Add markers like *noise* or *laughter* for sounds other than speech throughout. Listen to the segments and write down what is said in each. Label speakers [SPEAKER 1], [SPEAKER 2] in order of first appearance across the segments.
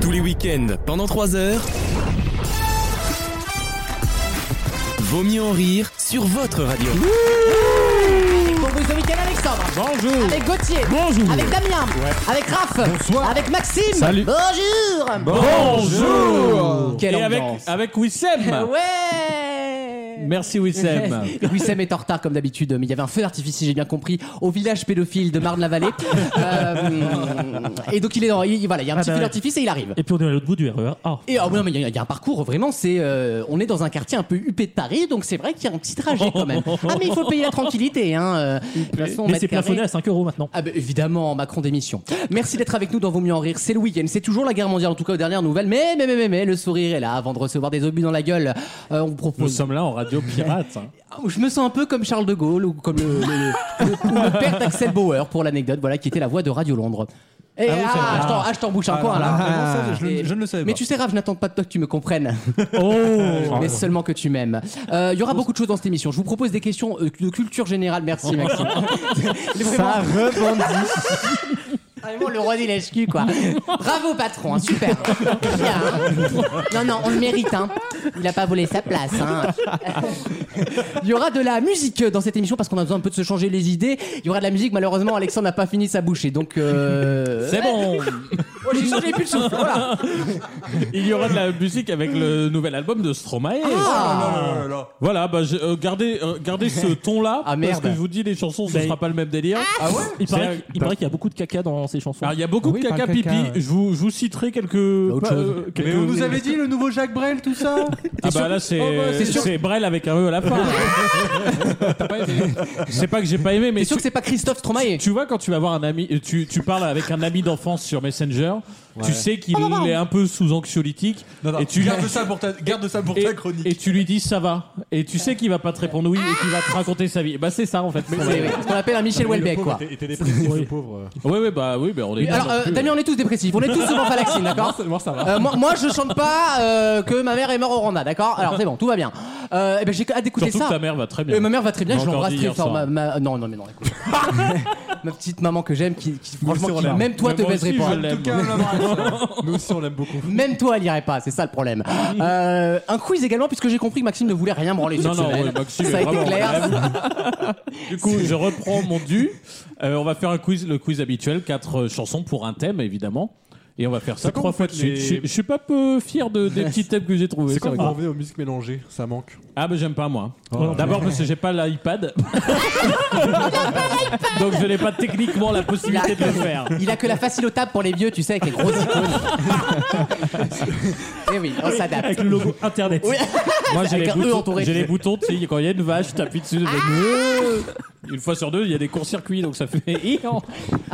[SPEAKER 1] Tous les week-ends, pendant 3 heures. Vaut mieux en rire sur votre radio.
[SPEAKER 2] Pour vous ce week-end, Alexandre.
[SPEAKER 3] Bonjour.
[SPEAKER 2] Avec Gauthier.
[SPEAKER 3] Bonjour.
[SPEAKER 2] Avec Damien. Avec Raph.
[SPEAKER 3] Bonsoir.
[SPEAKER 2] Avec Maxime.
[SPEAKER 3] Salut.
[SPEAKER 2] Bonjour.
[SPEAKER 3] Bonjour.
[SPEAKER 2] Quelle
[SPEAKER 3] Et avec,
[SPEAKER 2] ambiance.
[SPEAKER 3] avec Wissem.
[SPEAKER 2] Ouais.
[SPEAKER 3] Merci Wissem.
[SPEAKER 2] *laughs* Wissem est en retard comme d'habitude, mais il y avait un feu d'artifice, si j'ai bien compris, au village pédophile de
[SPEAKER 4] *laughs*
[SPEAKER 2] Marne-la-Vallée. Euh, et donc il est dans. il- voilà, il y a un petit
[SPEAKER 4] bah
[SPEAKER 2] feu
[SPEAKER 4] ouais.
[SPEAKER 2] d'artice et il arrive.
[SPEAKER 4] Et puis on est à l'autre bout du RER A.
[SPEAKER 2] Et ah ouais, mais il y, a- il y a un parcours vraiment, c'est euh, on est dans un quartier un peu huppé de Paris, donc c'est vrai qu'il y a un petit trajet
[SPEAKER 4] *laughs*
[SPEAKER 2] quand même. Ah mais il faut payer la tranquillité, hein. euh, de toute façon,
[SPEAKER 4] Mais
[SPEAKER 2] mètre
[SPEAKER 4] c'est plafonné
[SPEAKER 2] carré.
[SPEAKER 4] à 5 euros maintenant.
[SPEAKER 2] Ah bah, évidemment, Macron démission. Merci d'être avec nous dans Vos Mieux en Rire. C'est le week-end, c'est toujours la guerre mondiale, en tout cas aux dernières nouvelles. Mais, mais, mais, mais, mais, le sourire est là. Avant de recevoir des obus dans la gueule, euh, on vous
[SPEAKER 3] *laughs* Nous
[SPEAKER 2] propose.
[SPEAKER 3] sommes là en radio pirate. hein.
[SPEAKER 2] Ah, Je me sens un peu comme Charles de Gaulle ou comme le, le- le- ou le père d'Axel Bauer, pour l'anecdote, voilà, qui était la voix de Radio Londres. Eh, ah, je t'en- ah, je t'embouche un coin là.
[SPEAKER 5] ah, je ne- je ne le savais
[SPEAKER 2] Mais
[SPEAKER 5] pas.
[SPEAKER 2] tu sais, Raph, je n'attends pas de toi que tu me comprennes.
[SPEAKER 3] Oh.
[SPEAKER 2] mais seulement que tu m'aimes. Euh, Il y aura beaucoup de choses dans cette émission. Je vous propose des questions euh, de culture générale. Merci, *laughs* Maxime. Oh. Ça *laughs* Ah, Vraiment le roi des lèches-culs, quoi. Bravo, patron, hein, super. Bien, hein. Non, non, on le mérite, hein. Il a pas volé sa place, hein. *laughs* Il y aura de la musique dans cette émission parce qu'on a besoin un peu de se changer les idées. Il y aura de la musique, malheureusement, Alexandre n'a pas fini sa bouchée, donc. euh,
[SPEAKER 3] C'est bon.
[SPEAKER 2] oh, j'ai changé plus de souffle, voilà.
[SPEAKER 3] Il y aura de la musique avec le nouvel album de Stromae.
[SPEAKER 2] Ah.
[SPEAKER 3] Voilà, bah, j'ai- euh, gardez, euh,
[SPEAKER 2] *laughs*
[SPEAKER 3] gardez ce ton-là.
[SPEAKER 2] Ah,
[SPEAKER 3] parce
[SPEAKER 2] merde. Ah,
[SPEAKER 3] que je vous dis, les chansons, ce
[SPEAKER 4] Mais-
[SPEAKER 3] sera pas le même délire.
[SPEAKER 4] Il paraît,
[SPEAKER 3] C'est-
[SPEAKER 4] il paraît qu'il y a beaucoup de caca dans ces chansons.
[SPEAKER 3] Alors, il y a beaucoup
[SPEAKER 5] Oui,
[SPEAKER 3] de
[SPEAKER 5] pas
[SPEAKER 3] caca
[SPEAKER 5] le
[SPEAKER 3] pipi.
[SPEAKER 5] caca, ouais.
[SPEAKER 3] Je, vous, je vous citerai quelques.
[SPEAKER 2] autre
[SPEAKER 3] pas, euh,
[SPEAKER 2] chose.
[SPEAKER 3] quelques-
[SPEAKER 5] Mais on nous avait dit le nouveau Jacques Brel, tout ça
[SPEAKER 3] Ah, bah là, c'est
[SPEAKER 2] c'est sûr-
[SPEAKER 3] c'est Brel avec un E à la fin. C'est pas que j'ai pas aimé, mais
[SPEAKER 2] T'es sûr
[SPEAKER 3] tu-
[SPEAKER 2] que c'est pas Christophe Stromae
[SPEAKER 3] Tu vois, quand tu vas voir un ami, euh, tu, tu parles avec un ami d'enfance sur Messenger, tu sais
[SPEAKER 2] Oh,
[SPEAKER 3] qu'il est un peu sous anxiolytique.
[SPEAKER 5] Non, non,
[SPEAKER 3] et tu
[SPEAKER 5] garde ça pour ta, garde ça pour
[SPEAKER 3] et,
[SPEAKER 5] ta chronique.
[SPEAKER 3] et tu lui dis ça va. Et tu sais qu'il va pas te répondre oui et qu'il va te raconter sa vie. Bah c'est ça en fait.
[SPEAKER 2] C'est
[SPEAKER 3] Ouais
[SPEAKER 2] ce qu'on appelle un
[SPEAKER 3] Ah
[SPEAKER 2] Michel Houellebecq, quoi.
[SPEAKER 3] ouais bah oui bah on est.
[SPEAKER 2] Alors, euh, Damien, on est tous dépressifs. On est tous souvent
[SPEAKER 3] *laughs*
[SPEAKER 2] Falaxine, d'accord
[SPEAKER 3] moi ça va.
[SPEAKER 2] Euh, moi, moi, je chante pas euh, que ma mère est morte au Rwanda, d'accord Alors, c'est bon, tout va bien. Euh, eh ben, j'ai hâte d'écouter
[SPEAKER 3] Surtout
[SPEAKER 2] ça.
[SPEAKER 3] que ta mère va très bien.
[SPEAKER 2] Euh, ma mère va très bien,
[SPEAKER 3] On l'a
[SPEAKER 2] je
[SPEAKER 3] encore
[SPEAKER 2] l'embrasse
[SPEAKER 3] dit
[SPEAKER 2] très
[SPEAKER 3] hier
[SPEAKER 2] fort. Ma,
[SPEAKER 3] soir.
[SPEAKER 2] ma- Non, non, mais non,
[SPEAKER 3] *laughs*
[SPEAKER 2] écoute. ma petite maman que j'aime, qui, qui, franchement, qui,
[SPEAKER 3] l'aime.
[SPEAKER 2] même toi
[SPEAKER 3] Mais
[SPEAKER 2] te
[SPEAKER 3] moi
[SPEAKER 2] baiserait
[SPEAKER 3] aussi,
[SPEAKER 2] pas. hein.
[SPEAKER 3] je l'aime.
[SPEAKER 5] En tout cas, on l'embrasse.
[SPEAKER 3] Nous aussi on l'aime beaucoup.
[SPEAKER 2] Même toi, elle irait pas, c'est ça le problème. Euh, un quiz également, puisque j'ai compris que Maxime ne voulait rien branler.
[SPEAKER 3] Non
[SPEAKER 2] cette
[SPEAKER 3] non
[SPEAKER 2] semaine.
[SPEAKER 3] ouais, Maxime
[SPEAKER 2] ça a
[SPEAKER 3] est
[SPEAKER 2] été
[SPEAKER 3] vraiment
[SPEAKER 2] clair.
[SPEAKER 3] brave. Du coup je reprends mon dû. Euh, on va faire un quiz le quiz habituel quatre euh, chansons pour un thème évidemment. Et on va faire ça
[SPEAKER 6] C'est quand
[SPEAKER 3] trois
[SPEAKER 6] vous
[SPEAKER 3] fois de
[SPEAKER 6] faites
[SPEAKER 3] suite.
[SPEAKER 6] les-
[SPEAKER 3] Je- Je suis pas peu fier de,
[SPEAKER 6] *laughs*
[SPEAKER 3] des petits thèmes que j'ai trouvés.
[SPEAKER 6] C'est quand
[SPEAKER 3] c'est
[SPEAKER 6] vous
[SPEAKER 3] vrai.
[SPEAKER 6] revenez aux musiques mélangées, ça manque.
[SPEAKER 3] Ah bah j'aime pas moi.
[SPEAKER 6] Oh,
[SPEAKER 3] D'abord parce que j'ai pas
[SPEAKER 6] *laughs*
[SPEAKER 3] l'iPad. Donc je n'ai pas techniquement la possibilité de le faire.
[SPEAKER 2] Il a que la facile au table pour les vieux, tu sais, avec les grosses
[SPEAKER 3] *laughs*
[SPEAKER 2] icônes. Et oui, on s'adapte.
[SPEAKER 4] Avec le logo internet.
[SPEAKER 3] Moi j'ai
[SPEAKER 2] Avec
[SPEAKER 3] les,
[SPEAKER 2] un E
[SPEAKER 3] boutons,
[SPEAKER 2] entouré.
[SPEAKER 3] j'ai les boutons, tu sais, quand il y a une vache, t'appuies dessus, ça fait
[SPEAKER 6] Ah.
[SPEAKER 3] une fois sur deux, il y a des courts-circuits, donc ça fait... *laughs*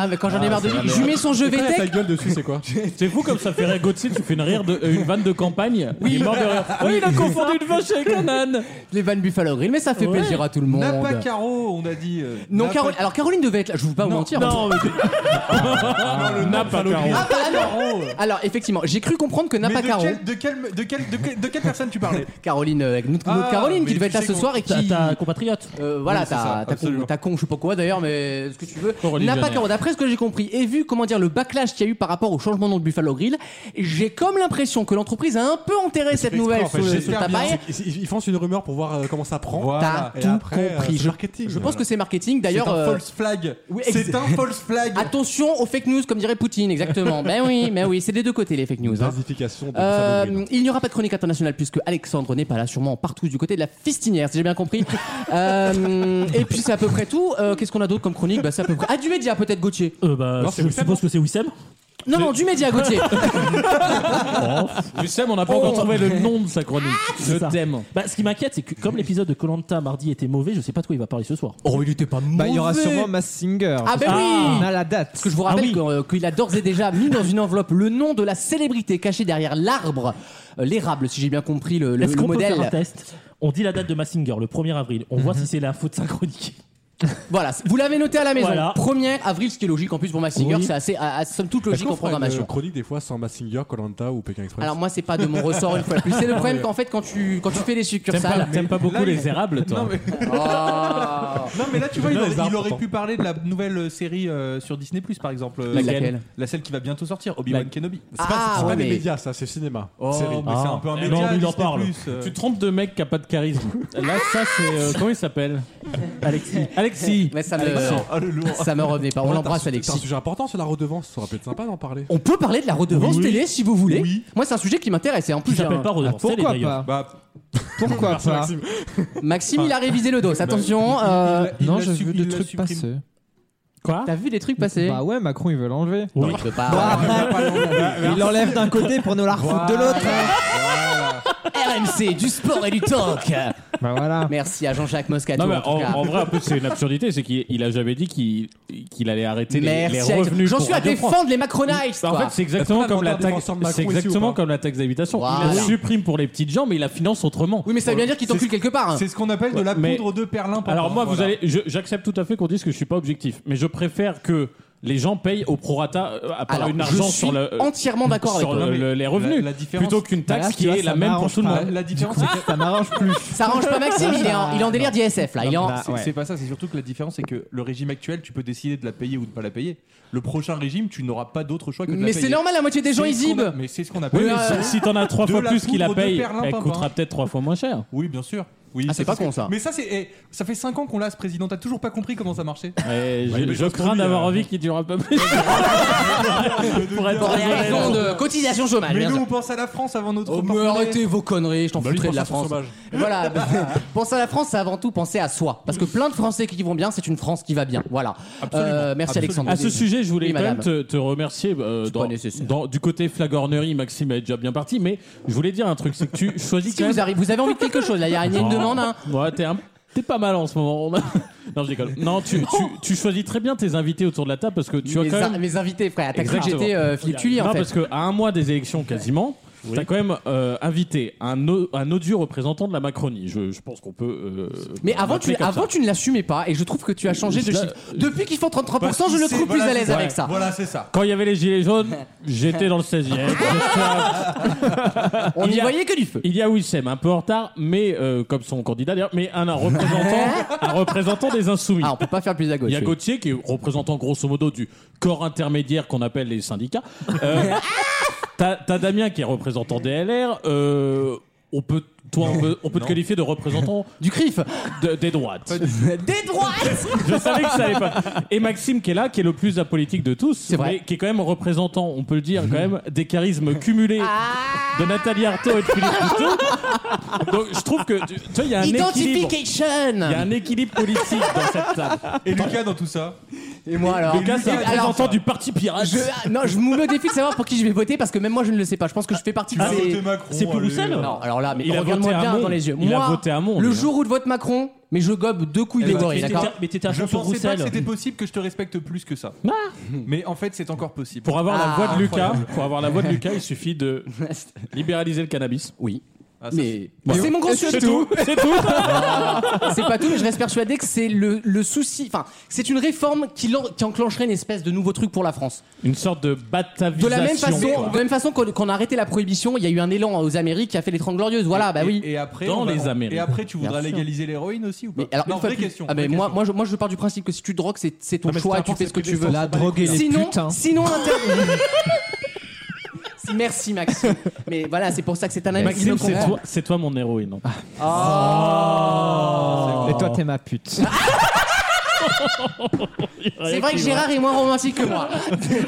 [SPEAKER 2] Ah, mais quand j'en ai marre de lui, je lui mets son jeu VTech.
[SPEAKER 6] Ta gueule dessus, c'est *laughs* quoi
[SPEAKER 3] C'est fou comme ça fait rire Gauthier, tu fais une, rire de, euh, une vanne de campagne, oui. il est mort de rire. Oui, il a confondu une vache avec un âne
[SPEAKER 2] les vannes Buffalo Grill, mais ça fait plaisir à tout le monde.
[SPEAKER 5] N'a pas Caro, on a dit. euh,
[SPEAKER 2] non,
[SPEAKER 5] n'a
[SPEAKER 2] Caroline, alors Caroline devait être là, je vous pas vous mentir. hein.
[SPEAKER 3] Non, mais
[SPEAKER 5] pas-
[SPEAKER 3] n'a pas le
[SPEAKER 2] Ah, bah là, non. Alors, effectivement, j'ai cru comprendre que
[SPEAKER 5] Mais
[SPEAKER 2] Napa
[SPEAKER 5] de
[SPEAKER 2] Caro,
[SPEAKER 5] quel- de quelle de quelle- de quelle- de quelle personne
[SPEAKER 6] *laughs*
[SPEAKER 5] tu parlais
[SPEAKER 2] Caroline, euh, notre, notre
[SPEAKER 5] Ah,
[SPEAKER 2] Caroline,
[SPEAKER 5] mais
[SPEAKER 2] qui devait
[SPEAKER 5] tu
[SPEAKER 2] être là
[SPEAKER 5] sais
[SPEAKER 2] ce
[SPEAKER 5] qu'on-
[SPEAKER 2] soir et
[SPEAKER 4] Ta,
[SPEAKER 2] qui.
[SPEAKER 4] ta compatriote.
[SPEAKER 2] euh, voilà,
[SPEAKER 5] Oui, c'est ça,
[SPEAKER 2] t'as t'as con,
[SPEAKER 5] absolument.
[SPEAKER 2] t'as con, je sais pas quoi d'ailleurs, mais ce que tu veux.
[SPEAKER 3] Caroline
[SPEAKER 2] Napa
[SPEAKER 3] Jenner.
[SPEAKER 2] Caro, d'après ce que j'ai compris, et vu comment dire le backlash qu'il y a eu par rapport au changement de nom de Buffalo Grill, j'ai comme l'impression que l'entreprise a un peu enterré cette nouvelle
[SPEAKER 6] exprès,
[SPEAKER 2] sous
[SPEAKER 6] en fait,
[SPEAKER 2] le- sous le
[SPEAKER 5] j'espère bien,
[SPEAKER 2] tapis.
[SPEAKER 6] Ils- Ils ils foncent une rumeur pour voir euh, comment ça prend.
[SPEAKER 5] Voilà.
[SPEAKER 2] T'as
[SPEAKER 6] Et
[SPEAKER 2] tout
[SPEAKER 6] après, euh,
[SPEAKER 2] compris.
[SPEAKER 6] c'est
[SPEAKER 2] Je-
[SPEAKER 6] marketing.
[SPEAKER 2] Je pense que c'est marketing.
[SPEAKER 5] C'est
[SPEAKER 2] D'ailleurs,
[SPEAKER 5] un
[SPEAKER 2] euh,
[SPEAKER 5] false flag.
[SPEAKER 2] oui,
[SPEAKER 5] C'est un false flag.
[SPEAKER 2] *laughs* attention aux fake news, comme dirait Poutine, exactement. ben oui, ben oui, c'est des deux côtés les fake news. hein.
[SPEAKER 6] Nazification de
[SPEAKER 2] Euh,
[SPEAKER 6] Buffalo Grill.
[SPEAKER 2] il n'y aura pas de chronique internationale puisque Alexandre n'est pas là, sûrement partout du côté de la fistinière, si j'ai bien compris. Euh, et puis c'est à peu près tout. Euh, Qu'est-ce qu'on a d'autre comme chronique bah, c'est à peu près. Ah, du média peut-être Gauthier.
[SPEAKER 4] Euh, bah,
[SPEAKER 6] Non, c'est
[SPEAKER 4] je
[SPEAKER 6] Wissem,
[SPEAKER 4] suppose que c'est Wissem.
[SPEAKER 2] Non, non, du média Gauthier.
[SPEAKER 3] Tu sais, mais on n'a pas encore trouvé le nom de sa chronique.
[SPEAKER 4] Oh. c'est ça.
[SPEAKER 3] Le thème.
[SPEAKER 4] Bah, ce qui m'inquiète, c'est que comme l'épisode de Colanta mardi était mauvais, je sais pas de quoi il va parler ce soir.
[SPEAKER 2] oh, il était pas mauvais.
[SPEAKER 7] Bah, il y aura sûrement Mass Singer.
[SPEAKER 2] Ah, ben
[SPEAKER 7] On
[SPEAKER 2] oui
[SPEAKER 7] a la date.
[SPEAKER 2] Parce que je vous rappelle
[SPEAKER 4] Ah oui.
[SPEAKER 2] qu'en- euh, qu'il a d'ores et déjà mis dans une enveloppe le nom de la célébrité cachée derrière l'arbre, euh, l'érable, si j'ai bien compris le, le-
[SPEAKER 4] Est-ce
[SPEAKER 2] le
[SPEAKER 4] qu'on peut
[SPEAKER 2] modèle.
[SPEAKER 3] Mhm.
[SPEAKER 4] faire un test On dit la date de Massinger, le 1er avril. On voit si c'est la faute synchronique.
[SPEAKER 2] Voilà, vous l'avez noté à la maison.
[SPEAKER 4] Voilà.
[SPEAKER 2] 1er avril, ce qui est logique en plus pour Massinger,
[SPEAKER 4] Oui.
[SPEAKER 2] c'est assez, à, à- somme toute
[SPEAKER 6] Est-ce
[SPEAKER 2] logique
[SPEAKER 6] qu'on
[SPEAKER 2] en
[SPEAKER 6] fera
[SPEAKER 2] programmation.
[SPEAKER 6] Une euh, chronique des fois sans Massinger, Colanta ou Pékin Express.
[SPEAKER 2] Alors moi c'est pas de mon ressort une fois de plus. C'est le problème qu'en fait quand tu quand tu fais les
[SPEAKER 3] T'aimes pas,
[SPEAKER 2] succursales.
[SPEAKER 3] t'aimes pas beaucoup
[SPEAKER 5] Là, il-
[SPEAKER 3] les érables, toi
[SPEAKER 5] Non mais,
[SPEAKER 2] Oh.
[SPEAKER 5] non, mais là tu vois, il,
[SPEAKER 3] Non, les
[SPEAKER 5] aurait- il
[SPEAKER 3] arbres,
[SPEAKER 5] aurait
[SPEAKER 3] pourtant.
[SPEAKER 5] pu parler de la nouvelle série euh, sur Disney par exemple. Euh,
[SPEAKER 2] Laquelle
[SPEAKER 5] La celle qui va bientôt sortir, Obi-Wan
[SPEAKER 3] La-
[SPEAKER 5] Kenobi.
[SPEAKER 6] c'est pas,
[SPEAKER 2] Ah,
[SPEAKER 6] c'est pas
[SPEAKER 2] ouais,
[SPEAKER 6] des
[SPEAKER 2] mais-
[SPEAKER 6] médias, ça, c'est cinéma.
[SPEAKER 5] Oh,
[SPEAKER 6] série.
[SPEAKER 5] mais c'est un peu un
[SPEAKER 3] Ah.
[SPEAKER 5] média.
[SPEAKER 3] Non, mais il en
[SPEAKER 5] Disney+,
[SPEAKER 3] parle.
[SPEAKER 5] euh.
[SPEAKER 3] Tu te trompes de mec qui a pas de charisme. Là, ça, c'est. euh, comment il s'appelle Alexis. Alexis.
[SPEAKER 2] Mais ça
[SPEAKER 5] Euh,
[SPEAKER 2] me
[SPEAKER 5] oh, le lourd. *laughs*
[SPEAKER 2] ça me revenait pas. On
[SPEAKER 6] Ouais,
[SPEAKER 2] l'embrasse
[SPEAKER 6] t'as un su- C'est un
[SPEAKER 2] Alexis.
[SPEAKER 6] sujet important sur la redevance, ça aurait pu être sympa d'en parler.
[SPEAKER 2] On peut parler de la redevance
[SPEAKER 4] Oui.
[SPEAKER 2] télé si vous voulez.
[SPEAKER 6] Oui.
[SPEAKER 2] Moi c'est un sujet qui m'intéresse et en plus hein.
[SPEAKER 4] Qui
[SPEAKER 2] j'ai
[SPEAKER 4] s'appelle
[SPEAKER 2] un-
[SPEAKER 4] pas
[SPEAKER 3] Ah,
[SPEAKER 4] redevance télé,
[SPEAKER 7] Ah, Pourquoi
[SPEAKER 4] d'ailleurs.
[SPEAKER 7] pas
[SPEAKER 5] Bah,
[SPEAKER 7] Pourquoi pas
[SPEAKER 2] Maxime il a révisé le dos. Attention. euh,
[SPEAKER 5] il
[SPEAKER 7] Non,
[SPEAKER 5] l'a
[SPEAKER 7] je
[SPEAKER 5] su-
[SPEAKER 7] veux
[SPEAKER 5] il
[SPEAKER 7] des
[SPEAKER 5] l'a
[SPEAKER 7] trucs
[SPEAKER 5] supprimé.
[SPEAKER 7] passeux.
[SPEAKER 3] Quoi
[SPEAKER 2] T'as vu les trucs passer
[SPEAKER 7] Bah ouais, Macron, il veut l'enlever.
[SPEAKER 2] Non, il peut pas.
[SPEAKER 7] Il l'enlève d'un côté pour nous la refoutre de l'autre. hein.
[SPEAKER 2] RMC du sport et du talk.
[SPEAKER 7] Bah voilà.
[SPEAKER 2] Merci à Jean-Jacques Moscato.
[SPEAKER 3] Non, mais
[SPEAKER 2] en tout
[SPEAKER 3] en,
[SPEAKER 2] cas.
[SPEAKER 3] en vrai, en plus, c'est une absurdité. C'est qu'il il a jamais dit qu'il qu'il allait arrêter les,
[SPEAKER 2] Merci.
[SPEAKER 3] les
[SPEAKER 2] à-
[SPEAKER 3] revenus.
[SPEAKER 2] J'en
[SPEAKER 3] pour
[SPEAKER 2] suis à
[SPEAKER 3] Radio France.
[SPEAKER 2] défendre les Macronites.
[SPEAKER 3] En
[SPEAKER 2] quoi.
[SPEAKER 3] fait, c'est exactement
[SPEAKER 6] Est-ce qu'on a
[SPEAKER 3] comme la
[SPEAKER 6] le droit de
[SPEAKER 3] taxe.
[SPEAKER 6] défendre Macron
[SPEAKER 3] C'est
[SPEAKER 6] ici ou
[SPEAKER 3] exactement
[SPEAKER 6] pas
[SPEAKER 3] comme la taxe d'habitation. Il
[SPEAKER 2] Voilà.
[SPEAKER 3] la supprime pour les petites gens, mais il la finance autrement.
[SPEAKER 2] Oui mais ça veut bien dire qu'ils t'enculent quelque part. hein.
[SPEAKER 5] C'est ce qu'on appelle de la
[SPEAKER 3] mais-
[SPEAKER 5] poudre de perlin.
[SPEAKER 3] Alors moi, vous allez, je- j'accepte tout à fait qu'on dise que je suis pas objectif, mais je préfère que les gens payent au prorata euh, à part
[SPEAKER 2] Alors
[SPEAKER 3] une
[SPEAKER 2] je
[SPEAKER 3] argent
[SPEAKER 2] suis
[SPEAKER 3] sur le euh,
[SPEAKER 2] entièrement d'accord avec
[SPEAKER 3] sur
[SPEAKER 2] toi.
[SPEAKER 3] le- le- les revenus,
[SPEAKER 5] la- la différence-
[SPEAKER 3] plutôt qu'une taxe
[SPEAKER 7] Voilà,
[SPEAKER 3] qui
[SPEAKER 7] tu vois,
[SPEAKER 3] est la
[SPEAKER 7] ça
[SPEAKER 3] même pour
[SPEAKER 7] m'arrange
[SPEAKER 3] tout le
[SPEAKER 7] pas.
[SPEAKER 3] monde.
[SPEAKER 5] La différence, c'est que-
[SPEAKER 7] Ça m'arrange plus.
[SPEAKER 2] Ça arrange pas Maxime, il est en, il est en délire d'ISF là. Il est en-
[SPEAKER 7] Bah,
[SPEAKER 5] c'est
[SPEAKER 7] ouais.
[SPEAKER 5] c'est pas ça, c'est surtout que la différence, c'est que le régime actuel, tu peux décider de la payer ou de pas la payer. Le prochain régime, tu n'auras pas d'autre choix que de la
[SPEAKER 2] Mais
[SPEAKER 5] payer.
[SPEAKER 2] c'est normal, la moitié des
[SPEAKER 5] C'est
[SPEAKER 2] gens
[SPEAKER 5] ce qu'on
[SPEAKER 2] ils
[SPEAKER 5] a- Mais c'est ce qu'on
[SPEAKER 3] Oui,
[SPEAKER 5] appelle.
[SPEAKER 3] mais
[SPEAKER 2] euh,
[SPEAKER 3] si- si t'en as trois
[SPEAKER 5] de
[SPEAKER 3] fois
[SPEAKER 5] la
[SPEAKER 3] plus qu'il la
[SPEAKER 5] poudre de
[SPEAKER 3] paye,
[SPEAKER 5] perlimpinpin.
[SPEAKER 3] elle coûtera peut-être trois fois moins cher.
[SPEAKER 5] Oui, bien sûr. Oui,
[SPEAKER 2] Ah, c'est pas
[SPEAKER 5] serait-
[SPEAKER 2] con, ça.
[SPEAKER 5] Mais ça, c'est. eh, ça fait 5 ans qu'on l'a, ce président. T'as toujours pas compris comment ça marchait.
[SPEAKER 2] Ah,
[SPEAKER 3] Et je-
[SPEAKER 6] mais
[SPEAKER 3] je,
[SPEAKER 6] parce que
[SPEAKER 3] crains
[SPEAKER 6] lui,
[SPEAKER 3] d'avoir
[SPEAKER 6] euh,
[SPEAKER 3] envie qu'il dure un peu plus. Pour être
[SPEAKER 2] Pour des
[SPEAKER 3] honnête.
[SPEAKER 2] raisons de cotisation chômage.
[SPEAKER 5] mais
[SPEAKER 2] bien
[SPEAKER 5] nous,
[SPEAKER 2] sûr.
[SPEAKER 5] on pense à la France avant notre.
[SPEAKER 2] Oh, mais
[SPEAKER 5] porte-monnaie.
[SPEAKER 2] arrêtez vos conneries, je t'en
[SPEAKER 6] Bah, lui,
[SPEAKER 2] foutrais de
[SPEAKER 6] pense
[SPEAKER 2] la
[SPEAKER 6] à son
[SPEAKER 2] France.
[SPEAKER 6] sauvage.
[SPEAKER 2] *laughs* Voilà, penser à la France, c'est avant tout penser à soi. Parce que plein de Français qui vont bien, c'est une France qui va bien. Voilà. Euh, merci Alexandre.
[SPEAKER 3] À ce sujet, je voulais
[SPEAKER 2] Oui,
[SPEAKER 3] quand même
[SPEAKER 2] madame.
[SPEAKER 3] te, te remercier euh,
[SPEAKER 2] C'est pas
[SPEAKER 3] dans,
[SPEAKER 2] nécessaire.
[SPEAKER 3] dans- du côté flagornerie. Maxime est déjà bien parti, mais je voulais dire un truc, c'est que tu choisis
[SPEAKER 2] Si
[SPEAKER 3] quand
[SPEAKER 2] vous,
[SPEAKER 3] même.
[SPEAKER 2] arrivez, vous avez envie de quelque chose, là, il y a une
[SPEAKER 3] Oh.
[SPEAKER 2] demande. hein.
[SPEAKER 3] Ouais, t'es un- t'es pas mal en ce moment. On a- *laughs* Non, je déconne. Non, tu, tu, tu choisis très bien tes invités autour de la table parce que tu
[SPEAKER 2] mes,
[SPEAKER 3] as quand
[SPEAKER 2] in-
[SPEAKER 3] même.
[SPEAKER 2] mes invités, frère. T'as cru que
[SPEAKER 3] Exactement.
[SPEAKER 2] j'étais euh, Philippe Tully,
[SPEAKER 3] non,
[SPEAKER 2] en fait.
[SPEAKER 3] parce qu'à un mois des élections quasiment, t'as quand même euh, invité un, o- un odieux représentant de la Macronie. Je, je pense qu'on peut. euh,
[SPEAKER 2] Mais avant, tu,
[SPEAKER 3] l'appeler comme
[SPEAKER 2] avant
[SPEAKER 3] ça.
[SPEAKER 2] tu ne l'assumais pas et je trouve que tu as changé de
[SPEAKER 3] Je-
[SPEAKER 2] chiffre. Depuis qu'ils font 33%,
[SPEAKER 5] Parce
[SPEAKER 2] je
[SPEAKER 5] qu'il
[SPEAKER 2] le
[SPEAKER 5] Bah, sait-
[SPEAKER 2] trouve plus
[SPEAKER 5] voilà,
[SPEAKER 2] à
[SPEAKER 5] c'est
[SPEAKER 2] l'aise avec ça.
[SPEAKER 5] Voilà, c'est ça.
[SPEAKER 3] Quand il y avait les
[SPEAKER 2] *laughs*
[SPEAKER 3] gilets jaunes, j'étais dans le 16e.
[SPEAKER 2] On
[SPEAKER 3] Il y
[SPEAKER 2] n'y
[SPEAKER 3] a-
[SPEAKER 2] voyait que du feu.
[SPEAKER 3] Il y a Wissem, un peu en retard, mais euh, comme son candidat d'ailleurs, mais un,
[SPEAKER 2] *laughs*
[SPEAKER 3] un représentant, un représentant des insoumis.
[SPEAKER 2] Ah, on peut pas faire plus à gauche.
[SPEAKER 3] il y a
[SPEAKER 2] oui.
[SPEAKER 3] Gauthier qui est représentant grosso modo du corps intermédiaire qu'on appelle les syndicats.
[SPEAKER 2] *laughs*
[SPEAKER 3] Euh, T'as t'as Damien qui est représentant des LR. euh, on peut, toi, on peut, on peut te qualifier de représentant
[SPEAKER 2] Du CRIF
[SPEAKER 3] de- des droites.
[SPEAKER 2] Des droites
[SPEAKER 3] Je savais que ça allait pas. Et Maxime qui est là, qui est le plus apolitique de tous,
[SPEAKER 2] vrai.
[SPEAKER 3] mais qui est quand même représentant, on peut le dire, quand même, des charismes cumulés de Nathalie Arthaud et de Philippe Couteau. Donc je trouve que, tu tu vois, il y a un équilibre. Il y a
[SPEAKER 2] Identification
[SPEAKER 3] un équilibre politique dans cette table.
[SPEAKER 5] Et Lucas dans tout ça.
[SPEAKER 2] Et moi alors
[SPEAKER 3] Lucas, c'est un
[SPEAKER 2] Et alors,
[SPEAKER 3] représentant du Parti Pirate.
[SPEAKER 2] je, ah, Non, je me mets au défi de savoir pour qui je vais voter parce que même moi je ne le sais pas. Je pense que je fais partie de
[SPEAKER 3] Ah,
[SPEAKER 2] ces. Euh,
[SPEAKER 5] C'était Macron,
[SPEAKER 3] c'est pour
[SPEAKER 5] Oh, allez.
[SPEAKER 3] Roussel
[SPEAKER 2] Non, alors là, mais
[SPEAKER 3] Il a
[SPEAKER 2] regarde-moi
[SPEAKER 3] voté à
[SPEAKER 2] bien
[SPEAKER 3] Monde.
[SPEAKER 2] dans les yeux.
[SPEAKER 3] Il a
[SPEAKER 2] Moi,
[SPEAKER 3] voté à Monde,
[SPEAKER 2] Le
[SPEAKER 3] hein.
[SPEAKER 2] jour où je vote Macron, mais je gobe deux couilles
[SPEAKER 5] Elle
[SPEAKER 2] des
[SPEAKER 5] va
[SPEAKER 2] gorilles,
[SPEAKER 5] quitter
[SPEAKER 2] d'accord
[SPEAKER 4] Mais t'étais à
[SPEAKER 5] Je
[SPEAKER 4] fond sur
[SPEAKER 5] pensais pas que
[SPEAKER 4] Roussel.
[SPEAKER 5] c'était possible que je te respecte plus que ça. Mais en fait, c'est encore possible.
[SPEAKER 3] Pour avoir la
[SPEAKER 2] Ah,
[SPEAKER 3] voix de Lucas, pour avoir la voix de Lucas, il suffit de libéraliser le cannabis.
[SPEAKER 2] Oui.
[SPEAKER 5] Ah, ça,
[SPEAKER 2] Mais c'est mon gros
[SPEAKER 7] Est-ce que
[SPEAKER 2] sujet.
[SPEAKER 7] c'est tout
[SPEAKER 3] C'est tout.
[SPEAKER 2] C'est pas tout, mais je reste persuadé que c'est le, le souci. Enfin, c'est une réforme qui, l'en- qui enclencherait une espèce de nouveau truc pour la France.
[SPEAKER 3] Une sorte de
[SPEAKER 2] De
[SPEAKER 3] batavisation.
[SPEAKER 2] la même façon,
[SPEAKER 3] quoi.
[SPEAKER 2] de la même façon qu'on qu'on a arrêté la prohibition, il y a eu un élan aux Amériques qui a fait les 30 glorieuses. Voilà, bah
[SPEAKER 5] et-
[SPEAKER 2] oui.
[SPEAKER 5] Et après,
[SPEAKER 3] Dans
[SPEAKER 5] on va-
[SPEAKER 3] les Amériques.
[SPEAKER 5] Et après, tu
[SPEAKER 2] Bien
[SPEAKER 5] voudras
[SPEAKER 2] sûr.
[SPEAKER 5] légaliser l'héroïne aussi ou pas
[SPEAKER 2] Mais alors,
[SPEAKER 5] Non,
[SPEAKER 2] une fois
[SPEAKER 5] vraie
[SPEAKER 2] plus-
[SPEAKER 5] question.
[SPEAKER 2] Ah, mais
[SPEAKER 5] vraie
[SPEAKER 2] moi,
[SPEAKER 5] question.
[SPEAKER 2] moi, je, moi, je pars du principe que si tu drogues, c'est, c'est ton
[SPEAKER 6] mais c'est
[SPEAKER 2] choix,
[SPEAKER 6] pas
[SPEAKER 2] tu fais ce que tu veux. Bah,
[SPEAKER 7] La drogue et les
[SPEAKER 2] Sinon,
[SPEAKER 7] putains.
[SPEAKER 2] sinon, inter- Si, Merci, Max. Mais voilà, c'est pour ça que c'est un
[SPEAKER 4] Eh,
[SPEAKER 2] ami qui me
[SPEAKER 3] Maxime, c'est
[SPEAKER 2] comprend.
[SPEAKER 3] toi, c'est toi mon héroïne.
[SPEAKER 2] Ah.
[SPEAKER 7] Et toi, t'es ma pute.
[SPEAKER 2] C'est vrai que Gérard est moins romantique que moi. on dirait,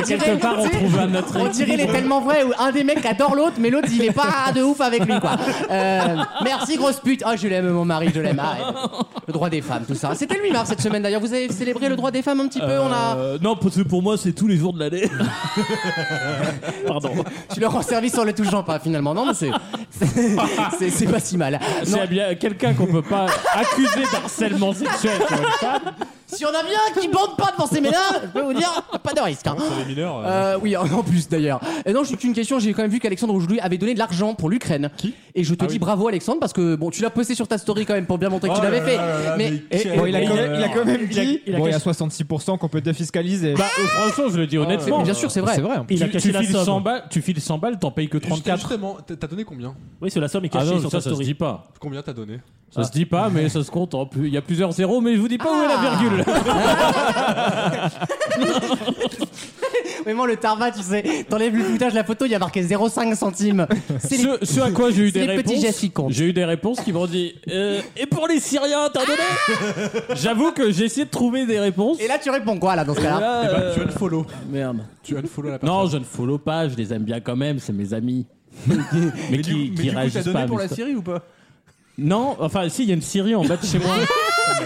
[SPEAKER 3] Bah, Quelque part, on
[SPEAKER 2] tu sais,
[SPEAKER 3] trouve un notre
[SPEAKER 2] on dirait il est tellement vrai où un des mecs adore l'autre, mais l'autre il est pas *laughs* de ouf avec lui quoi. Euh, merci grosse pute. Oh je l'aime mon mari, je l'aime. Ah, ouais. le droit des femmes, tout ça. C'était le 8 mars cette semaine d'ailleurs. Vous avez célébré le droit des femmes un petit peu. On a.
[SPEAKER 3] Euh, Non, parce que pour moi, c'est tous les jours
[SPEAKER 4] *laughs*
[SPEAKER 3] de l'année. Pardon.
[SPEAKER 2] Tu leur rends service sur le touchant pas finalement. Non mais c'est *laughs* c'est- c'est pas si mal. Non,
[SPEAKER 3] C'est bien quelqu'un qu'on peut pas accuser d'harcèlement sexuel. quand même. responsable.
[SPEAKER 2] Si on a bien qui bande pas devant ces ménages, je peux vous dire, pas de risque. hein.
[SPEAKER 5] Sur les mineurs. euh,
[SPEAKER 2] Euh, oui, en en plus d'ailleurs. Et non, j'ai qu'une question. J'ai quand même vu qu'Alexandre Oujloui avait donné de l'argent pour l'Ukraine. Qui Et je te dis bravo, Alexandre, parce que bon, tu l'as posté sur ta story quand même pour bien montrer que tu
[SPEAKER 5] Ah Oh là
[SPEAKER 2] l'avais
[SPEAKER 5] là
[SPEAKER 2] fait.
[SPEAKER 5] là là,
[SPEAKER 2] mais
[SPEAKER 5] mais
[SPEAKER 7] Et-
[SPEAKER 5] quel
[SPEAKER 7] *laughs* bon, il, a quand même, il a quand même
[SPEAKER 4] Il a-
[SPEAKER 7] dit
[SPEAKER 4] il a
[SPEAKER 7] bon, il y a
[SPEAKER 4] caché-
[SPEAKER 7] 66% qu'on peut défiscaliser.
[SPEAKER 3] Bah, euh, franchement, je le dis honnêtement.
[SPEAKER 2] bien sûr, c'est vrai.
[SPEAKER 7] c'est vrai.
[SPEAKER 4] Il a
[SPEAKER 3] Tu-
[SPEAKER 4] caché
[SPEAKER 3] tu,
[SPEAKER 4] la
[SPEAKER 3] files
[SPEAKER 4] somme.
[SPEAKER 3] 100 balles, tu files 100 balles, t'en payes que 34.
[SPEAKER 6] Justement, t'as t'as donné combien
[SPEAKER 4] Oui, c'est la somme est
[SPEAKER 3] Ah
[SPEAKER 4] cachée
[SPEAKER 3] non,
[SPEAKER 4] sur
[SPEAKER 3] ça,
[SPEAKER 4] ta
[SPEAKER 3] ça se
[SPEAKER 4] story. Ah.
[SPEAKER 3] dit pas.
[SPEAKER 6] Combien t'as donné
[SPEAKER 3] Ça se dit pas, mais ça se compte. en plus. Il y a plusieurs zéros, mais je vous dis pas où est la virgule.
[SPEAKER 2] Mais moi, le tarva, tu sais, t'enlèves le foutage de la photo, il y a marqué 0,5
[SPEAKER 5] *laughs*
[SPEAKER 2] centimes. C'est les-
[SPEAKER 3] Ce, ce à quoi j'ai eu
[SPEAKER 2] C'est
[SPEAKER 3] des
[SPEAKER 2] les petits gestes qui
[SPEAKER 3] réponses.
[SPEAKER 2] comptent.
[SPEAKER 3] J'ai eu des réponses qui m'ont dit euh, Et pour les Syriens, t'as donné J'avoue que j'ai essayé de trouver des réponses.
[SPEAKER 2] Et là, tu réponds quoi, là, dans ce
[SPEAKER 3] Et
[SPEAKER 2] cas-là
[SPEAKER 3] là, euh,
[SPEAKER 6] Tu as le follow.
[SPEAKER 3] Merde.
[SPEAKER 6] Tu as le follow la personne.
[SPEAKER 3] Non, je ne follow pas, je les aime bien quand même, c'est mes amis. *laughs* mais
[SPEAKER 5] mais
[SPEAKER 3] qui,
[SPEAKER 5] du, mais
[SPEAKER 3] qui
[SPEAKER 5] du coup,
[SPEAKER 3] réagissent
[SPEAKER 5] t'as
[SPEAKER 3] pas.
[SPEAKER 5] donné
[SPEAKER 3] à
[SPEAKER 5] pour
[SPEAKER 3] mes
[SPEAKER 5] la
[SPEAKER 3] sto-
[SPEAKER 5] Syrie ou pas
[SPEAKER 3] Non, enfin, si, il y a une Syrie en bas de chez moi.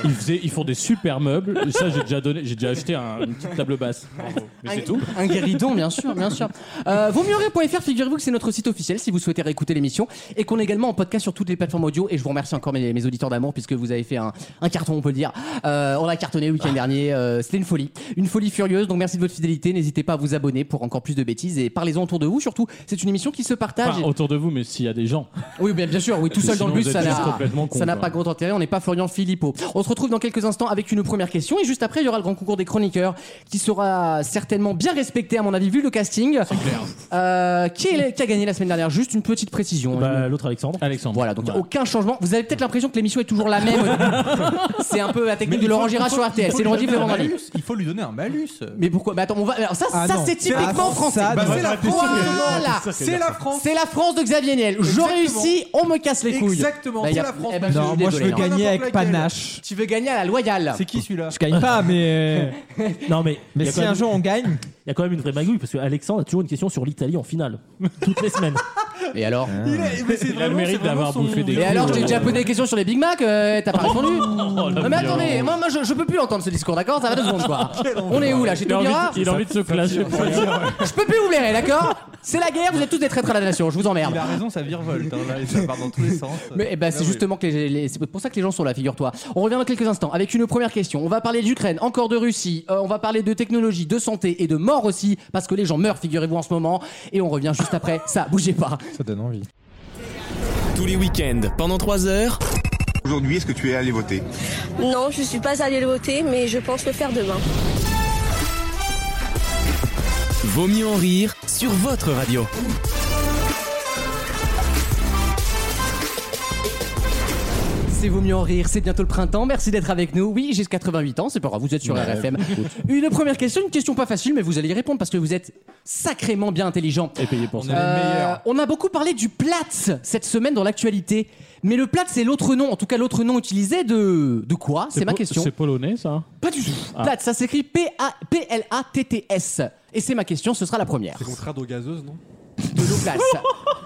[SPEAKER 3] Ils, faisaient- ils font des super meubles. Ça, j'ai déjà donné, j'ai déjà acheté un- une petite table basse. Mais
[SPEAKER 2] un,
[SPEAKER 3] c'est tout.
[SPEAKER 2] un guéridon, bien sûr, bien sûr. Euh, vaut mieux rire.fr, figurez-vous que c'est notre site officiel si vous souhaitez réécouter l'émission et qu'on est également en podcast sur toutes les plateformes audio. Et je vous remercie encore mes, mes auditeurs d'amour puisque vous avez fait un, un carton, on peut le dire. Euh, on a cartonné le
[SPEAKER 3] Ah.
[SPEAKER 2] week-end dernier, euh, c'était une folie, une folie furieuse. Donc merci de votre fidélité. N'hésitez pas à vous abonner pour encore plus de bêtises et parlez-en autour de vous. Surtout, c'est une émission qui se partage.
[SPEAKER 3] Enfin, autour de vous, mais s'il y a des gens.
[SPEAKER 2] Oui, bien, bien sûr, oui, tout seul dans
[SPEAKER 3] Sinon,
[SPEAKER 2] le bus,
[SPEAKER 3] vous êtes
[SPEAKER 2] ça
[SPEAKER 3] juste
[SPEAKER 2] n'a,
[SPEAKER 3] complètement con,
[SPEAKER 2] ça n'a
[SPEAKER 3] quoi.
[SPEAKER 2] pas grand intérêt. On n'est pas Florian Philippot. On se retrouve dans quelques instants avec une première question et juste après, il y aura le grand concours des chroniqueurs qui sera certainement bien respecté, à mon avis, vu le casting. Euh, qui, est- qui a gagné la semaine dernière Juste une petite précision.
[SPEAKER 4] Bah, l'autre Alexandre.
[SPEAKER 3] Alexandre.
[SPEAKER 2] Voilà, donc il y a
[SPEAKER 3] Voilà.
[SPEAKER 2] aucun changement. Vous avez peut-être l'impression que l'émission est toujours la même. c'est un peu la technique de Laurent Gérard sur RTL. C'est le rediff le vendredi.
[SPEAKER 5] Il faut lui donner un malus.
[SPEAKER 2] Mais pourquoi Mais attends, on va. alors ça,
[SPEAKER 7] Ah
[SPEAKER 2] ça
[SPEAKER 7] non.
[SPEAKER 2] c'est typiquement
[SPEAKER 7] Ah,
[SPEAKER 2] français.
[SPEAKER 7] ça, non.
[SPEAKER 5] c'est la France.
[SPEAKER 2] Voilà.
[SPEAKER 5] C'est la France.
[SPEAKER 2] C'est la France de Xavier Niel. Je
[SPEAKER 5] Exactement.
[SPEAKER 2] réussis, on me casse les couilles.
[SPEAKER 5] Exactement,
[SPEAKER 2] Bah,
[SPEAKER 5] c'est
[SPEAKER 2] y a-
[SPEAKER 5] la France.
[SPEAKER 2] eh ben, je
[SPEAKER 7] Non,
[SPEAKER 2] suis
[SPEAKER 7] moi je
[SPEAKER 2] désolé,
[SPEAKER 7] veux
[SPEAKER 2] hein.
[SPEAKER 7] gagner avec
[SPEAKER 5] N'importe laquelle.
[SPEAKER 7] panache.
[SPEAKER 2] Tu veux gagner à la loyale.
[SPEAKER 5] C'est qui celui-là
[SPEAKER 7] Je gagne pas, mais.
[SPEAKER 4] Non, mais il
[SPEAKER 7] Mais
[SPEAKER 4] y, a
[SPEAKER 7] si
[SPEAKER 4] quand
[SPEAKER 7] un
[SPEAKER 4] même-
[SPEAKER 7] jour on gagne,
[SPEAKER 4] il y a quand même une vraie magouille parce que Alexandre a toujours une question sur l'Italie en finale. Toutes les semaines.
[SPEAKER 2] Et alors
[SPEAKER 5] Il est- mais
[SPEAKER 3] *laughs*
[SPEAKER 5] c'est
[SPEAKER 3] Il a le
[SPEAKER 5] vraiment-
[SPEAKER 3] mérite
[SPEAKER 5] c'est vraiment
[SPEAKER 3] d'avoir
[SPEAKER 5] son-
[SPEAKER 3] bouffé des
[SPEAKER 2] Et alors, je t'ai
[SPEAKER 3] couilles,
[SPEAKER 2] déjà
[SPEAKER 3] euh,
[SPEAKER 2] posé des questions sur les Big Mac, euh, t'as pas
[SPEAKER 3] *laughs*
[SPEAKER 2] répondu
[SPEAKER 3] Oh, la
[SPEAKER 2] Non, mais attendez,
[SPEAKER 3] violence.
[SPEAKER 2] moi, moi je, je peux plus entendre ce discours, d'accord Ça va deux secondes,
[SPEAKER 3] *laughs*
[SPEAKER 2] quoi. On est où là Chez
[SPEAKER 3] Il a envie
[SPEAKER 2] Tokira
[SPEAKER 3] de- il a envie de se clasher pour rien.
[SPEAKER 2] Je peux plus vous blairer, d'accord C'est la guerre, vous êtes tous des traîtres à la nation, je vous emmerde.
[SPEAKER 5] Il a raison, ça virevolte. hein, là, et ça part dans tous les sens.
[SPEAKER 2] Mais
[SPEAKER 3] Ah
[SPEAKER 2] eh ben, c'est justement que les, les- c'est pour ça que les gens sont là, figure-toi. On revient dans quelques instants avec une première question. On va parler d'Ukraine, encore de Russie. euh, on va parler de technologie, de santé et de mort aussi, parce que les gens meurent, figurez-vous en ce moment. Et on revient juste après. Ça, bougez pas.
[SPEAKER 7] ça donne envie.
[SPEAKER 1] Tous les week-ends, pendant 3 heures,
[SPEAKER 8] Aujourd'hui, est-ce que tu es allé voter
[SPEAKER 9] Non, je suis pas allée le voter, mais je pense le faire demain.
[SPEAKER 1] Vaut mieux en rire sur votre radio.
[SPEAKER 2] C'est Vaut mieux en rire, c'est bientôt le printemps. Merci d'être avec nous. Oui, j'ai 88 ans, c'est pas grave, vous êtes sur RFM. Une première question, une question pas facile, mais vous allez y répondre parce que vous êtes sacrément bien intelligent. Euh,
[SPEAKER 3] Et payé pour ça.
[SPEAKER 2] on a beaucoup parlé du Platz cette semaine dans l'actualité. Mais le Platz, c'est l'autre nom, en tout cas l'autre nom utilisé de, de quoi C'est ma
[SPEAKER 3] po-
[SPEAKER 2] question.
[SPEAKER 3] C'est polonais, ça
[SPEAKER 2] Pas du tout. Platz, ça s'écrit P-A- P-L-A-T-T-S. Et c'est ma question, ce sera la première.
[SPEAKER 6] C'est contraire d'eau gazeuse, non
[SPEAKER 2] De l'eau glace. *laughs*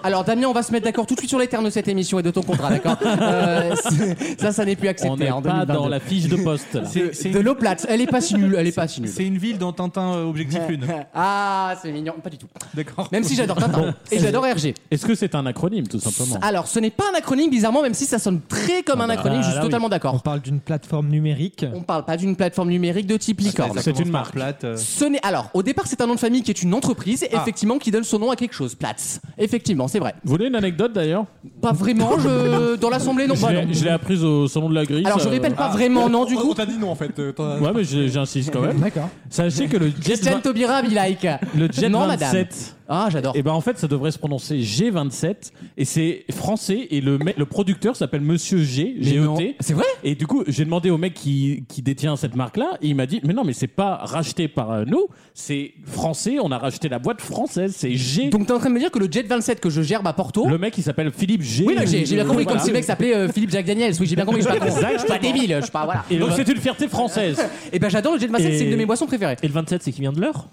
[SPEAKER 2] Alors Damien, on va se mettre d'accord tout de suite sur les termes de cette émission et de ton contrat, d'accord Euh, *laughs* c'est- Ça, ça n'est plus accepté
[SPEAKER 3] On n'est
[SPEAKER 2] en
[SPEAKER 3] pas
[SPEAKER 2] 2022.
[SPEAKER 3] dans la fiche de poste. là.
[SPEAKER 5] C'est- c'est-
[SPEAKER 2] De l'eau plate, elle est pas si nulle, elle est pas si nulle.
[SPEAKER 5] C'est une ville dans Tintin euh, Objectif Lune.
[SPEAKER 2] *laughs* Ah, c'est mignon, pas du tout.
[SPEAKER 5] *laughs* D'accord.
[SPEAKER 2] Même si j'adore Tintin et j'adore RG.
[SPEAKER 3] *laughs* Est-ce que c'est un acronyme, tout simplement
[SPEAKER 2] Alors, ce n'est pas un acronyme, bizarrement, même si ça sonne très comme un acronyme, je suis
[SPEAKER 3] Ah bah là, oui.
[SPEAKER 2] totalement
[SPEAKER 3] *laughs*
[SPEAKER 7] On
[SPEAKER 2] d'accord.
[SPEAKER 7] parle d'une plateforme numérique.
[SPEAKER 2] On parle pas d'une plateforme numérique de type licorne.
[SPEAKER 5] Ça
[SPEAKER 3] Ah, C'est
[SPEAKER 5] commence
[SPEAKER 3] une
[SPEAKER 5] par
[SPEAKER 3] marque.
[SPEAKER 5] Plate. euh.
[SPEAKER 2] Ce n'est alors au départ c'est un nom de famille qui est une entreprise
[SPEAKER 3] Ah.
[SPEAKER 2] effectivement qui donne son nom à quelque chose Platz effectivement c'est vrai
[SPEAKER 3] Vous voulez une anecdote, d'ailleurs
[SPEAKER 2] pas vraiment
[SPEAKER 3] *laughs*
[SPEAKER 2] je dans l'assemblée non
[SPEAKER 3] Je
[SPEAKER 2] pas non.
[SPEAKER 3] l'ai- je euh, l'ai apprise au salon de la grille.
[SPEAKER 2] alors
[SPEAKER 3] ça-
[SPEAKER 2] je répète pas vraiment non du
[SPEAKER 6] On-
[SPEAKER 2] coup
[SPEAKER 6] On t'a dit non en fait. euh, t'en as-
[SPEAKER 3] Ouais, mais je- j'insiste quand *laughs* même.
[SPEAKER 7] D'accord.
[SPEAKER 3] Sachez que le jet,
[SPEAKER 2] Christiane
[SPEAKER 3] vingt-
[SPEAKER 2] Taubira be like
[SPEAKER 3] le jet
[SPEAKER 2] non
[SPEAKER 3] 27,
[SPEAKER 2] madame ah j'adore
[SPEAKER 3] et ben en fait, ça devrait se prononcer G27, et c'est français, et le, me- le producteur s'appelle Monsieur G, E
[SPEAKER 2] Mais non.
[SPEAKER 3] G-E-T.
[SPEAKER 2] c'est vrai
[SPEAKER 3] Et du coup, j'ai demandé au mec qui, qui détient cette marque-là, et il m'a dit Mais non, mais c'est pas racheté par euh, nous, c'est français, on a racheté la boîte française, c'est G.
[SPEAKER 2] donc t'es en train de me dire que le jet 27 que je gerbe à Porto
[SPEAKER 3] le mec, il s'appelle Philippe G.
[SPEAKER 2] Oui, là, j'ai j'ai bien compris,
[SPEAKER 3] Voilà.
[SPEAKER 2] comme si le mec s'appelait euh, Philippe Jacques Daniels. Oui, j'ai bien compris, je suis pas, con. Je suis pas débile, je suis pas, voilà.
[SPEAKER 3] Et Donc c'est une
[SPEAKER 2] *laughs*
[SPEAKER 3] fierté française.
[SPEAKER 2] Et Oh ben j'adore le jet de Massette,
[SPEAKER 4] Et-
[SPEAKER 2] c'est une de mes boissons préférées.
[SPEAKER 4] Et le 27, c'est qui vient de l'heure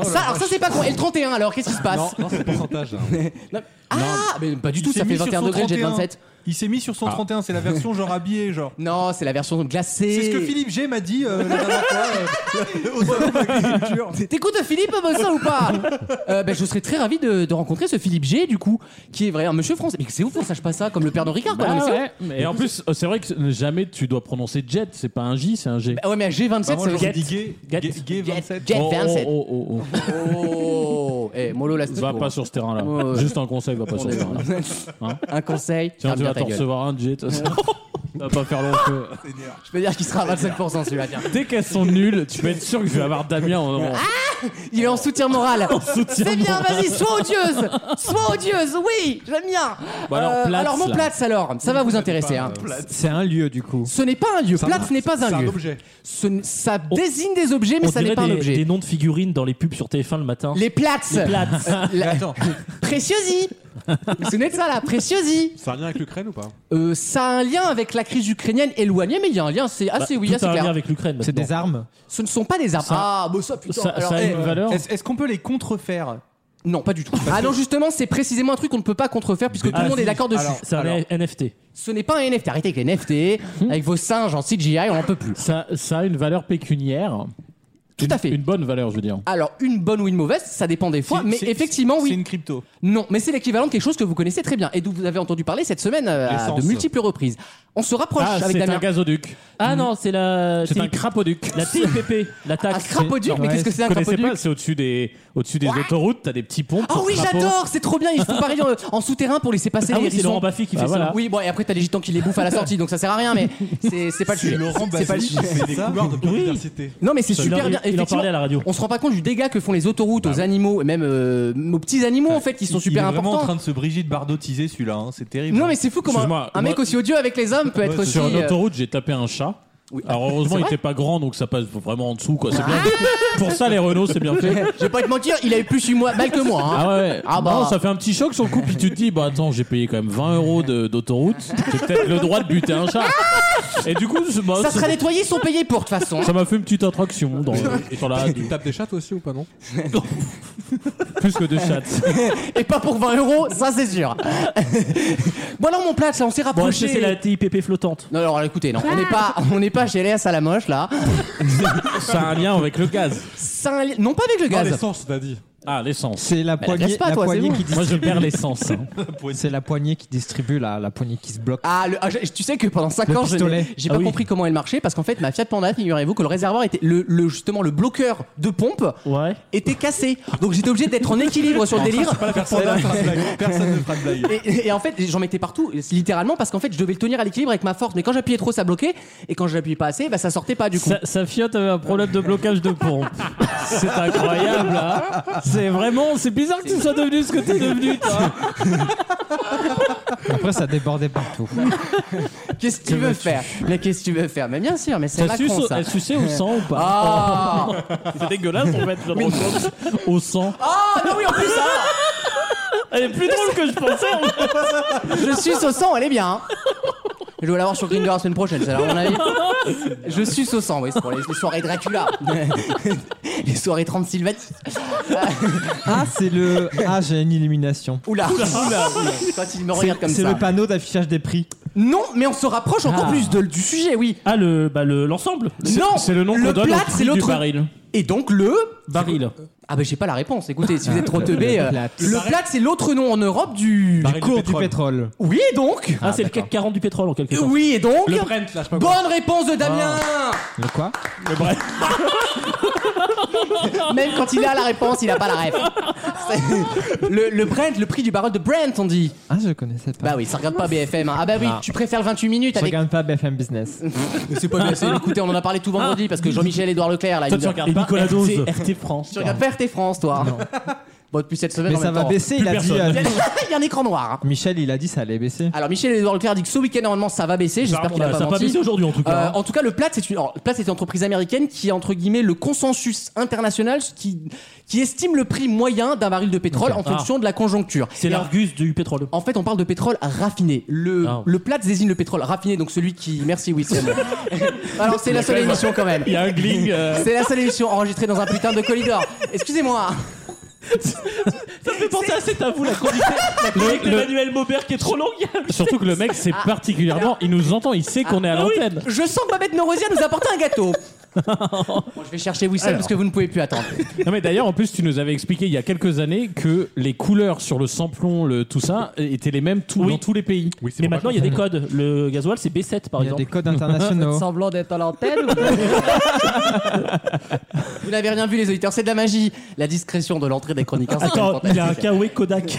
[SPEAKER 2] ça, alors ça, c'est pas con. Et le 31, alors, qu'est-ce qui se passe *laughs*
[SPEAKER 6] Non, non, c'est le pourcentage. hein.
[SPEAKER 2] Ah, mais pas du tout,
[SPEAKER 5] Il
[SPEAKER 2] ça
[SPEAKER 5] s'est
[SPEAKER 2] fait
[SPEAKER 5] mis sur
[SPEAKER 2] 21
[SPEAKER 5] son
[SPEAKER 2] degrés le jet de
[SPEAKER 5] 31.
[SPEAKER 2] 27.
[SPEAKER 5] Il s'est mis sur son 31, c'est la version genre habillée, genre.
[SPEAKER 2] Non, c'est la version glacée.
[SPEAKER 5] C'est ce que Philippe G m'a dit euh, la dernière fois euh, au salon de l'agriculture.
[SPEAKER 2] T'écoutes Philippe Bossin ou *laughs* pas Euh, ben, Je serais très ravi de, de rencontrer ce Philippe G, du coup, qui est vrai, un monsieur français. Mais c'est ouf qu'on sache pas ça, comme le père d'Henri Ricard, quoi.
[SPEAKER 3] Bah
[SPEAKER 2] Non, mais c'est
[SPEAKER 3] ouais, mais- Et en plus, euh, c'est vrai que jamais tu dois prononcer jet, c'est pas un J, c'est un G.
[SPEAKER 2] ouf. Ah ouais, mais à G27,
[SPEAKER 5] Bah,
[SPEAKER 2] ça
[SPEAKER 5] moi,
[SPEAKER 2] veut
[SPEAKER 5] j'aurais
[SPEAKER 2] dire.
[SPEAKER 5] dit gay,
[SPEAKER 3] Get.
[SPEAKER 5] gay, gay 27.
[SPEAKER 2] Get
[SPEAKER 3] Oh,
[SPEAKER 2] 27.
[SPEAKER 3] oh, oh,
[SPEAKER 2] *laughs*
[SPEAKER 3] oh,
[SPEAKER 2] Oh Eh, Molo, la
[SPEAKER 3] oh. Va pas sur ce terrain-là.
[SPEAKER 2] Ouais, ouais.
[SPEAKER 3] Juste un conseil, va pas sur ce terrain-là.
[SPEAKER 2] Hein Un conseil.
[SPEAKER 3] Tiens,
[SPEAKER 2] ferme
[SPEAKER 3] tu
[SPEAKER 2] bien
[SPEAKER 3] vas
[SPEAKER 2] ta
[SPEAKER 3] t'en
[SPEAKER 2] gueule.
[SPEAKER 3] recevoir un jet. Ça *laughs* va pas faire long feu.
[SPEAKER 2] *laughs* Je peux dire qu'il sera à 25% celui-là, tiens.
[SPEAKER 3] Dès qu'elles sont nulles, tu peux être sûr que je vais avoir Damien en, en
[SPEAKER 2] Il est en soutien moral.
[SPEAKER 3] soutien.
[SPEAKER 2] Ah, C'est bien, vas-y, sois odieuse Sois odieuse, oui, j'aime bien Euh,
[SPEAKER 3] Bon, alors, Platz,
[SPEAKER 2] alors, mon
[SPEAKER 3] là.
[SPEAKER 2] Platz, alors, ça va vous intéresser. hein.
[SPEAKER 7] C'est un lieu du coup.
[SPEAKER 2] Ce n'est pas un lieu, Platz n'est pas
[SPEAKER 6] C'est
[SPEAKER 2] un
[SPEAKER 6] un
[SPEAKER 2] lieu.
[SPEAKER 6] objet.
[SPEAKER 2] Ce n- ça désigne des objets, mais
[SPEAKER 4] On
[SPEAKER 2] ça n'est
[SPEAKER 4] dirait
[SPEAKER 2] pas un
[SPEAKER 4] des,
[SPEAKER 2] objet.
[SPEAKER 4] des noms de figurines dans les pubs sur TF1 le matin.
[SPEAKER 2] Les Platz
[SPEAKER 4] Platz.
[SPEAKER 2] Euh, la-
[SPEAKER 5] Attends,
[SPEAKER 2] *laughs* Préciosi Vous vous souvenez de ça, là Préciosi
[SPEAKER 6] Ça a un lien avec l'Ukraine ou pas
[SPEAKER 2] Euh, Ça a un lien avec la crise ukrainienne éloignée, mais il y a un lien, c'est
[SPEAKER 4] Bah,
[SPEAKER 2] assez oui,
[SPEAKER 4] tout
[SPEAKER 2] assez
[SPEAKER 4] a un
[SPEAKER 2] clair.
[SPEAKER 4] lien avec l'Ukraine.
[SPEAKER 7] C'est
[SPEAKER 4] maintenant.
[SPEAKER 7] des armes.
[SPEAKER 2] Ce ne sont pas des arbres. ah, bah ça, putain
[SPEAKER 4] ça-
[SPEAKER 2] alors,
[SPEAKER 4] ça a
[SPEAKER 2] eh,
[SPEAKER 4] une valeur.
[SPEAKER 5] est-ce est-ce qu'on peut les contrefaire
[SPEAKER 2] Non, pas du tout. Ah non, justement, c'est précisément un truc qu'on ne peut pas contrefaire puisque tout
[SPEAKER 4] Ah,
[SPEAKER 2] le monde est
[SPEAKER 4] si.
[SPEAKER 2] d'accord dessus.
[SPEAKER 5] Alors,
[SPEAKER 4] C'est un
[SPEAKER 5] Alors.
[SPEAKER 4] NFT.
[SPEAKER 2] Ce n'est pas un NFT. Arrêtez avec les NFT,
[SPEAKER 4] Mhm.
[SPEAKER 2] avec vos singes en CGI, on n'en peut plus.
[SPEAKER 3] Ça, ça a une valeur pécuniaire.
[SPEAKER 2] Tout
[SPEAKER 3] Une-
[SPEAKER 2] à fait.
[SPEAKER 3] Une bonne valeur, je veux dire.
[SPEAKER 2] Alors, une bonne ou une mauvaise, ça dépend des fois,
[SPEAKER 5] C'est-
[SPEAKER 2] mais
[SPEAKER 5] c'est-
[SPEAKER 2] effectivement,
[SPEAKER 5] C'est
[SPEAKER 2] oui.
[SPEAKER 5] une crypto.
[SPEAKER 2] Non, mais c'est l'équivalent de quelque chose que vous connaissez très bien et d'où vous avez entendu parler cette semaine euh, à de
[SPEAKER 6] L'essence.
[SPEAKER 2] multiples reprises. On se rapproche
[SPEAKER 3] Ah,
[SPEAKER 2] avec
[SPEAKER 3] c'est un
[SPEAKER 2] Damien.
[SPEAKER 3] gazoduc. Mmh.
[SPEAKER 4] Ah non, c'est la.
[SPEAKER 3] C'est un
[SPEAKER 2] *laughs*
[SPEAKER 3] crapoduc.
[SPEAKER 4] La TIPP, la
[SPEAKER 2] Un
[SPEAKER 4] taxe.
[SPEAKER 2] crapoduc, mais qu'est-ce que c'est un
[SPEAKER 3] Vous connaissez
[SPEAKER 2] crapoduc
[SPEAKER 3] pas, c'est au-dessus des, au-dessus des autoroutes, t'as des petits ponts.
[SPEAKER 2] Oh
[SPEAKER 3] pour
[SPEAKER 2] oui,
[SPEAKER 3] crapauds.
[SPEAKER 2] j'adore, c'est trop bien, il faut parier en, euh, en souterrain pour laisser passer
[SPEAKER 4] Ah
[SPEAKER 2] les
[SPEAKER 4] oui, c'est
[SPEAKER 2] hérissons.
[SPEAKER 4] Laurent Baffy qui
[SPEAKER 3] Bah
[SPEAKER 4] fait
[SPEAKER 3] voilà.
[SPEAKER 4] ça.
[SPEAKER 2] Oui, bon, et après t'as les gitans qui les bouffent à la sortie, donc ça sert à rien, mais c'est c'est pas le
[SPEAKER 5] C'est
[SPEAKER 2] sujet.
[SPEAKER 5] Laurent
[SPEAKER 2] C'est pas le
[SPEAKER 5] Baffy.
[SPEAKER 2] sujet.
[SPEAKER 6] C'est des couloirs de biodiversité.
[SPEAKER 2] Non, mais c'est
[SPEAKER 4] Il en-
[SPEAKER 2] super bien.
[SPEAKER 4] Il en
[SPEAKER 2] Effectivement,
[SPEAKER 4] parlait à la radio.
[SPEAKER 2] on se rend pas compte du dégât que font les autoroutes aux animaux, et même euh, aux petits animaux en fait, qui sont super
[SPEAKER 5] Il est vraiment en
[SPEAKER 2] importants.
[SPEAKER 5] train de se Brigitte Bardotiser celui-là, hein, c'est terrible.
[SPEAKER 2] Non, mais c'est fou comment un,
[SPEAKER 3] Excuse-moi,
[SPEAKER 2] un mec
[SPEAKER 3] moi-
[SPEAKER 2] aussi odieux avec les hommes peut être aussi.
[SPEAKER 3] Sur
[SPEAKER 2] euh,
[SPEAKER 3] l'autoroute, j'ai tapé un chat.
[SPEAKER 2] oui.
[SPEAKER 3] Alors heureusement,
[SPEAKER 2] C'est
[SPEAKER 3] il
[SPEAKER 2] vrai Ah
[SPEAKER 3] était pas grand, donc ça passe vraiment en dessous. Quoi. C'est bien. Pour ça, les Renault, c'est bien
[SPEAKER 2] *laughs*
[SPEAKER 3] fait.
[SPEAKER 2] euh, Je vais pas te mentir, il a eu plus eu moi, mal que moi. hein.
[SPEAKER 3] *laughs* Ah ouais,
[SPEAKER 2] Ah bah.
[SPEAKER 3] non, ça fait un petit choc sur le coup, puis tu te dis, bah attends, j'ai payé quand même 20 euros de- d'autoroute, j'ai peut-être le droit de buter un chat. Et du coup, c'est- bah,
[SPEAKER 2] Ça
[SPEAKER 3] c'est-
[SPEAKER 2] sera nettoyé, ils sont payés pour de toute façon. hein,
[SPEAKER 3] ça m'a fait une petite attraction dans, sur la radio.
[SPEAKER 6] Tu tapes des chats toi aussi ou pas non
[SPEAKER 3] *laughs* plus que deux chats.
[SPEAKER 2] Et pas pour 20 euros, ça c'est sûr. *laughs* bon alors mon plat, là, on s'est
[SPEAKER 4] *laughs* Bon, est-ce
[SPEAKER 2] rapproché.
[SPEAKER 4] que c'est la TIPP flottante
[SPEAKER 2] Non alors écoutez, non, on n'est pas, on n'est pas chez Léa Salamoche là.
[SPEAKER 3] Ça a un lien avec le gaz.
[SPEAKER 2] Ça a un li- non pas avec le
[SPEAKER 6] Non,
[SPEAKER 2] gaz.
[SPEAKER 6] l'essence, t'as dit.
[SPEAKER 3] Ah, l'essence.
[SPEAKER 7] C'est la
[SPEAKER 2] la
[SPEAKER 7] poignée,
[SPEAKER 2] glace pas,
[SPEAKER 7] la
[SPEAKER 2] toi,
[SPEAKER 7] poignée
[SPEAKER 2] c'est
[SPEAKER 7] qui
[SPEAKER 3] Moi,
[SPEAKER 7] distribue.
[SPEAKER 3] je perds l'essence. hein.
[SPEAKER 7] C'est la poignée qui distribue la, la poignée qui se bloque.
[SPEAKER 2] Ah, le- ah, je- tu sais que pendant 5
[SPEAKER 7] Le
[SPEAKER 2] ans, je
[SPEAKER 7] pistolet.
[SPEAKER 2] n'ai- j'ai
[SPEAKER 7] Ah
[SPEAKER 2] pas
[SPEAKER 7] oui.
[SPEAKER 2] compris comment elle marchait parce qu'en fait, ma Fiat Panda, figurez-vous que le réservoir était le, le- justement le bloqueur de pompe
[SPEAKER 4] Ouais.
[SPEAKER 2] était cassé. Donc j'étais obligé d'être en équilibre sur le délire.
[SPEAKER 5] personne ne fera de blague. Personne ne fera de blague.
[SPEAKER 2] Et, et en fait, j'en mettais partout, littéralement, parce qu'en fait, je devais le tenir à l'équilibre avec ma force. Mais quand j'appuyais trop, ça bloquait. Et quand j'appuyais pas assez, bah, ça sortait pas du coup.
[SPEAKER 4] Sa, sa fiotte avait un problème de blocage de pompe. C'est incroyable, hein C'est vraiment, c'est bizarre que tu sois devenu ce que t'es devenu, toi.
[SPEAKER 7] Après, ça débordait *laughs* partout.
[SPEAKER 2] Qu'est-ce que tu veux faire Mais qu'est-ce que tu veux faire Mais bien sûr, mais c'est
[SPEAKER 3] Ça
[SPEAKER 2] Macron
[SPEAKER 3] suce,
[SPEAKER 2] ça.
[SPEAKER 3] elle suçait au sang ou pas
[SPEAKER 2] *laughs* Ah
[SPEAKER 3] C'est dégueulasse en fait, je me rends compte. Au sang.
[SPEAKER 2] Ah non oui en plus ça
[SPEAKER 4] Elle est plus drôle que je pensais. en fait.
[SPEAKER 2] Je suce au sang, elle est bien. hein. Je dois l'avoir sur Grindr la semaine prochaine, celle-là, à mon avis. Je suce au sang, oui, c'est pour les, les soirées Dracula. *laughs* les soirées Transylvanie.
[SPEAKER 7] Ah, c'est le. Ah, j'ai une illumination.
[SPEAKER 2] Oula.
[SPEAKER 3] Ah.
[SPEAKER 2] Quand il me regarde comme
[SPEAKER 7] C'est
[SPEAKER 2] ça.
[SPEAKER 7] le panneau d'affichage des prix.
[SPEAKER 2] Non, mais on se rapproche encore
[SPEAKER 4] Ah.
[SPEAKER 2] plus de- du sujet, oui.
[SPEAKER 4] Ah, le, bah, le- l'ensemble
[SPEAKER 2] Non,
[SPEAKER 3] C'est le nom qu'on donne
[SPEAKER 2] plat,
[SPEAKER 3] au
[SPEAKER 2] c'est
[SPEAKER 3] prix du
[SPEAKER 2] l'autre
[SPEAKER 3] baril.
[SPEAKER 2] Et donc le
[SPEAKER 4] baril.
[SPEAKER 2] Ah bah j'ai pas la réponse. Écoutez, si vous êtes trop teubé, euh,
[SPEAKER 7] plat.
[SPEAKER 2] le plat c'est l'autre nom en Europe du.
[SPEAKER 7] Du cours du pétrole.
[SPEAKER 2] Oui et donc. Euh,
[SPEAKER 4] Ah, c'est le CAC 40 du pétrole en quelque sorte.
[SPEAKER 2] Oui et donc.
[SPEAKER 6] Le Brent, là, je sais pas quoi.
[SPEAKER 2] Bonne réponse de Damien.
[SPEAKER 7] Le quoi
[SPEAKER 3] Ah,
[SPEAKER 2] Même quand il a la réponse, il a pas la *laughs* réponse. Le, le Brent, le prix du baril de Brent, on dit.
[SPEAKER 7] Ah, je connaissais pas.
[SPEAKER 2] Bah oui, ça regarde pas BFM. hein. Ah bah oui, tu préfères le 28 minutes
[SPEAKER 7] je
[SPEAKER 2] avec.
[SPEAKER 7] regarde pas BFM Business.
[SPEAKER 2] C'est pas BFM. Écoutez, on en a parlé tout vendredi parce que Jean-Michel Édouard Leclerc là.
[SPEAKER 3] Toi,
[SPEAKER 2] il-
[SPEAKER 3] tu regardes pas
[SPEAKER 4] Nicolas Dose.
[SPEAKER 3] RT, RT France.
[SPEAKER 2] Tu regardes pas RT France, toi. *laughs* Bon, depuis cette semaine.
[SPEAKER 7] Mais
[SPEAKER 2] en
[SPEAKER 7] ça
[SPEAKER 2] même
[SPEAKER 7] va
[SPEAKER 2] temps.
[SPEAKER 7] baisser, il a dit.
[SPEAKER 2] Il y a-
[SPEAKER 7] euh,
[SPEAKER 2] *laughs* il y a un écran noir. hein.
[SPEAKER 7] Michel, il a dit ça allait baisser.
[SPEAKER 2] Alors Michel Edouard Leclerc dit que ce week-end normalement ça va baisser. J'espère qu'il a
[SPEAKER 3] bah,
[SPEAKER 4] Apparemment, ça a pas
[SPEAKER 2] pas menti.
[SPEAKER 4] baissé aujourd'hui en tout
[SPEAKER 2] Euh,
[SPEAKER 4] cas.
[SPEAKER 3] hein.
[SPEAKER 2] en tout cas, le Platt, c'est une, alors, Platt, c'est une entreprise américaine qui est entre guillemets le consensus international qui, qui estime le prix moyen d'un baril de pétrole en
[SPEAKER 4] Ah.
[SPEAKER 2] fonction de la conjoncture.
[SPEAKER 4] C'est
[SPEAKER 2] Et en-
[SPEAKER 4] l'Argus du pétrole.
[SPEAKER 2] en fait, on parle de pétrole raffiné. Le,
[SPEAKER 4] Ah.
[SPEAKER 2] le Platt désigne le pétrole raffiné, donc celui qui. Merci Wilson. alors c'est la seule émission quand même.
[SPEAKER 3] Il y a un gling. *laughs* euh,
[SPEAKER 2] C'est la seule émission enregistrée dans un putain de colidor. Excusez-moi.
[SPEAKER 10] fait penser à C'est à vous, la chronique la chronique
[SPEAKER 3] *laughs* Le- le-
[SPEAKER 10] d'Emmanuel Maubert qui est trop longue.
[SPEAKER 3] Surtout que le mec, c'est particulièrement. Il nous entend, il sait qu'on est à
[SPEAKER 10] Ah oui.
[SPEAKER 3] l'antenne.
[SPEAKER 2] Je sens que Babette Norosier nous apporte un gâteau. Bon, je vais chercher Wissem parce que vous ne pouvez plus attendre.
[SPEAKER 3] Non, mais d'ailleurs, en plus, tu nous avais expliqué il y a quelques années que les couleurs sur le samplon, le, tout ça, étaient les mêmes tout-
[SPEAKER 10] Oui.
[SPEAKER 3] dans tous les pays.
[SPEAKER 10] Mais maintenant, il y a des codes. Le gasoil, c'est B7
[SPEAKER 3] Ah,
[SPEAKER 10] par
[SPEAKER 7] Il y a
[SPEAKER 10] exemple.
[SPEAKER 7] des
[SPEAKER 2] *laughs*
[SPEAKER 7] codes internationaux.
[SPEAKER 2] Semblant d'être à l'antenne. *laughs* vous n'avez rien vu, les auditeurs, c'est de la magie. La discrétion de l'entrée des chroniqueurs. c'est
[SPEAKER 10] Attends,
[SPEAKER 2] fantastique.
[SPEAKER 10] il a un
[SPEAKER 3] E,
[SPEAKER 10] Kawe Kodak.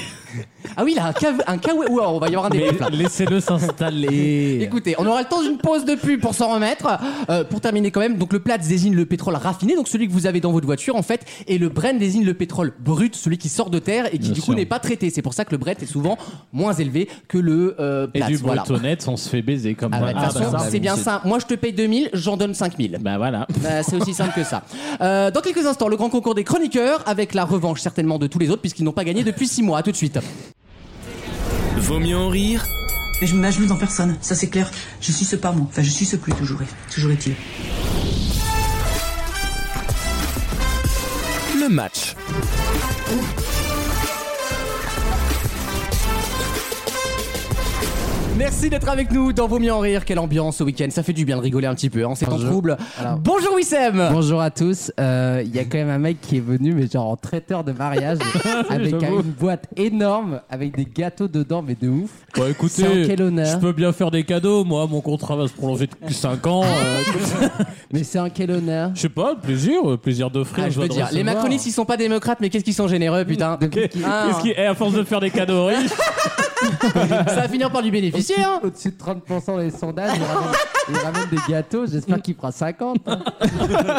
[SPEAKER 2] Ah oui, il a un cave- un kawa- Ouah, on va y avoir un débrief là.
[SPEAKER 3] Laissez-le s'installer.
[SPEAKER 2] Écoutez, on aura le temps d'une pause de pub pour s'en remettre. Euh, pour terminer quand même, donc le plat désigne le pétrole raffiné, donc celui que vous avez dans votre voiture en fait, et le Brent désigne le pétrole brut, celui qui sort de terre et qui
[SPEAKER 3] Bien
[SPEAKER 2] du coup
[SPEAKER 3] sûr.
[SPEAKER 2] n'est pas traité. C'est pour ça que le Brent est souvent moins élevé que le euh,
[SPEAKER 3] Et
[SPEAKER 2] plat.
[SPEAKER 3] du
[SPEAKER 2] voilà.
[SPEAKER 3] bretonnette, on se fait baiser comme
[SPEAKER 2] Ah bah, de toute
[SPEAKER 3] Ah,
[SPEAKER 2] façon,
[SPEAKER 3] bah, ça.
[SPEAKER 2] c'est bien ça. Moi, je te paye 2000, j'en donne 5000.
[SPEAKER 3] Bah voilà.
[SPEAKER 2] Euh, c'est aussi simple que ça. Euh, dans quelques instants, le grand concours des chroniqueurs, avec la revanche certainement de tous les autres, puisqu'ils n'ont pas gagné depuis 6 mois. À tout de suite.
[SPEAKER 1] Vaut mieux en rire
[SPEAKER 11] Je me nage dans personne, ça c'est clair. Je suis ce pas moi. Enfin, je suis ce plus, toujours, est- toujours est-il.
[SPEAKER 1] le match.
[SPEAKER 2] Merci d'être avec nous dans Vos Mieux en Rire. Quelle ambiance ce week-end. Ça fait du bien de rigoler un petit peu. Hein. C'est en trouble. Bonjour Wissem.
[SPEAKER 12] Bonjour à tous. Euh, Il y a quand même un mec qui est venu, mais genre en traiteur
[SPEAKER 2] *laughs*
[SPEAKER 12] de mariage, avec
[SPEAKER 3] J'avoue.
[SPEAKER 12] une boîte énorme, avec des gâteaux dedans, mais de ouf.
[SPEAKER 3] Bon,
[SPEAKER 12] C'est en
[SPEAKER 3] écoutez,
[SPEAKER 12] quel honneur
[SPEAKER 3] je peux bien faire des cadeaux. Moi, mon contrat va se prolonger de 5 ans. euh,
[SPEAKER 12] Mais c'est un quel honneur.
[SPEAKER 3] je sais pas, plaisir, euh, plaisir d'offrir.
[SPEAKER 2] Ah, je
[SPEAKER 3] je dois
[SPEAKER 2] veux dire,
[SPEAKER 3] de
[SPEAKER 2] les
[SPEAKER 3] recevoir.
[SPEAKER 2] macronistes ils sont pas démocrates, mais qu'est-ce qu'ils sont généreux, putain. Ah,
[SPEAKER 3] Qu'est-ce qui, eh, à force de faire des cadeaux riches,
[SPEAKER 2] ça va finir par lui bénéficier. Hein.
[SPEAKER 12] Au-dessus de 30% des sondages, il ramène, il ramène des gâteaux. J'espère qu'il fera 50. hein.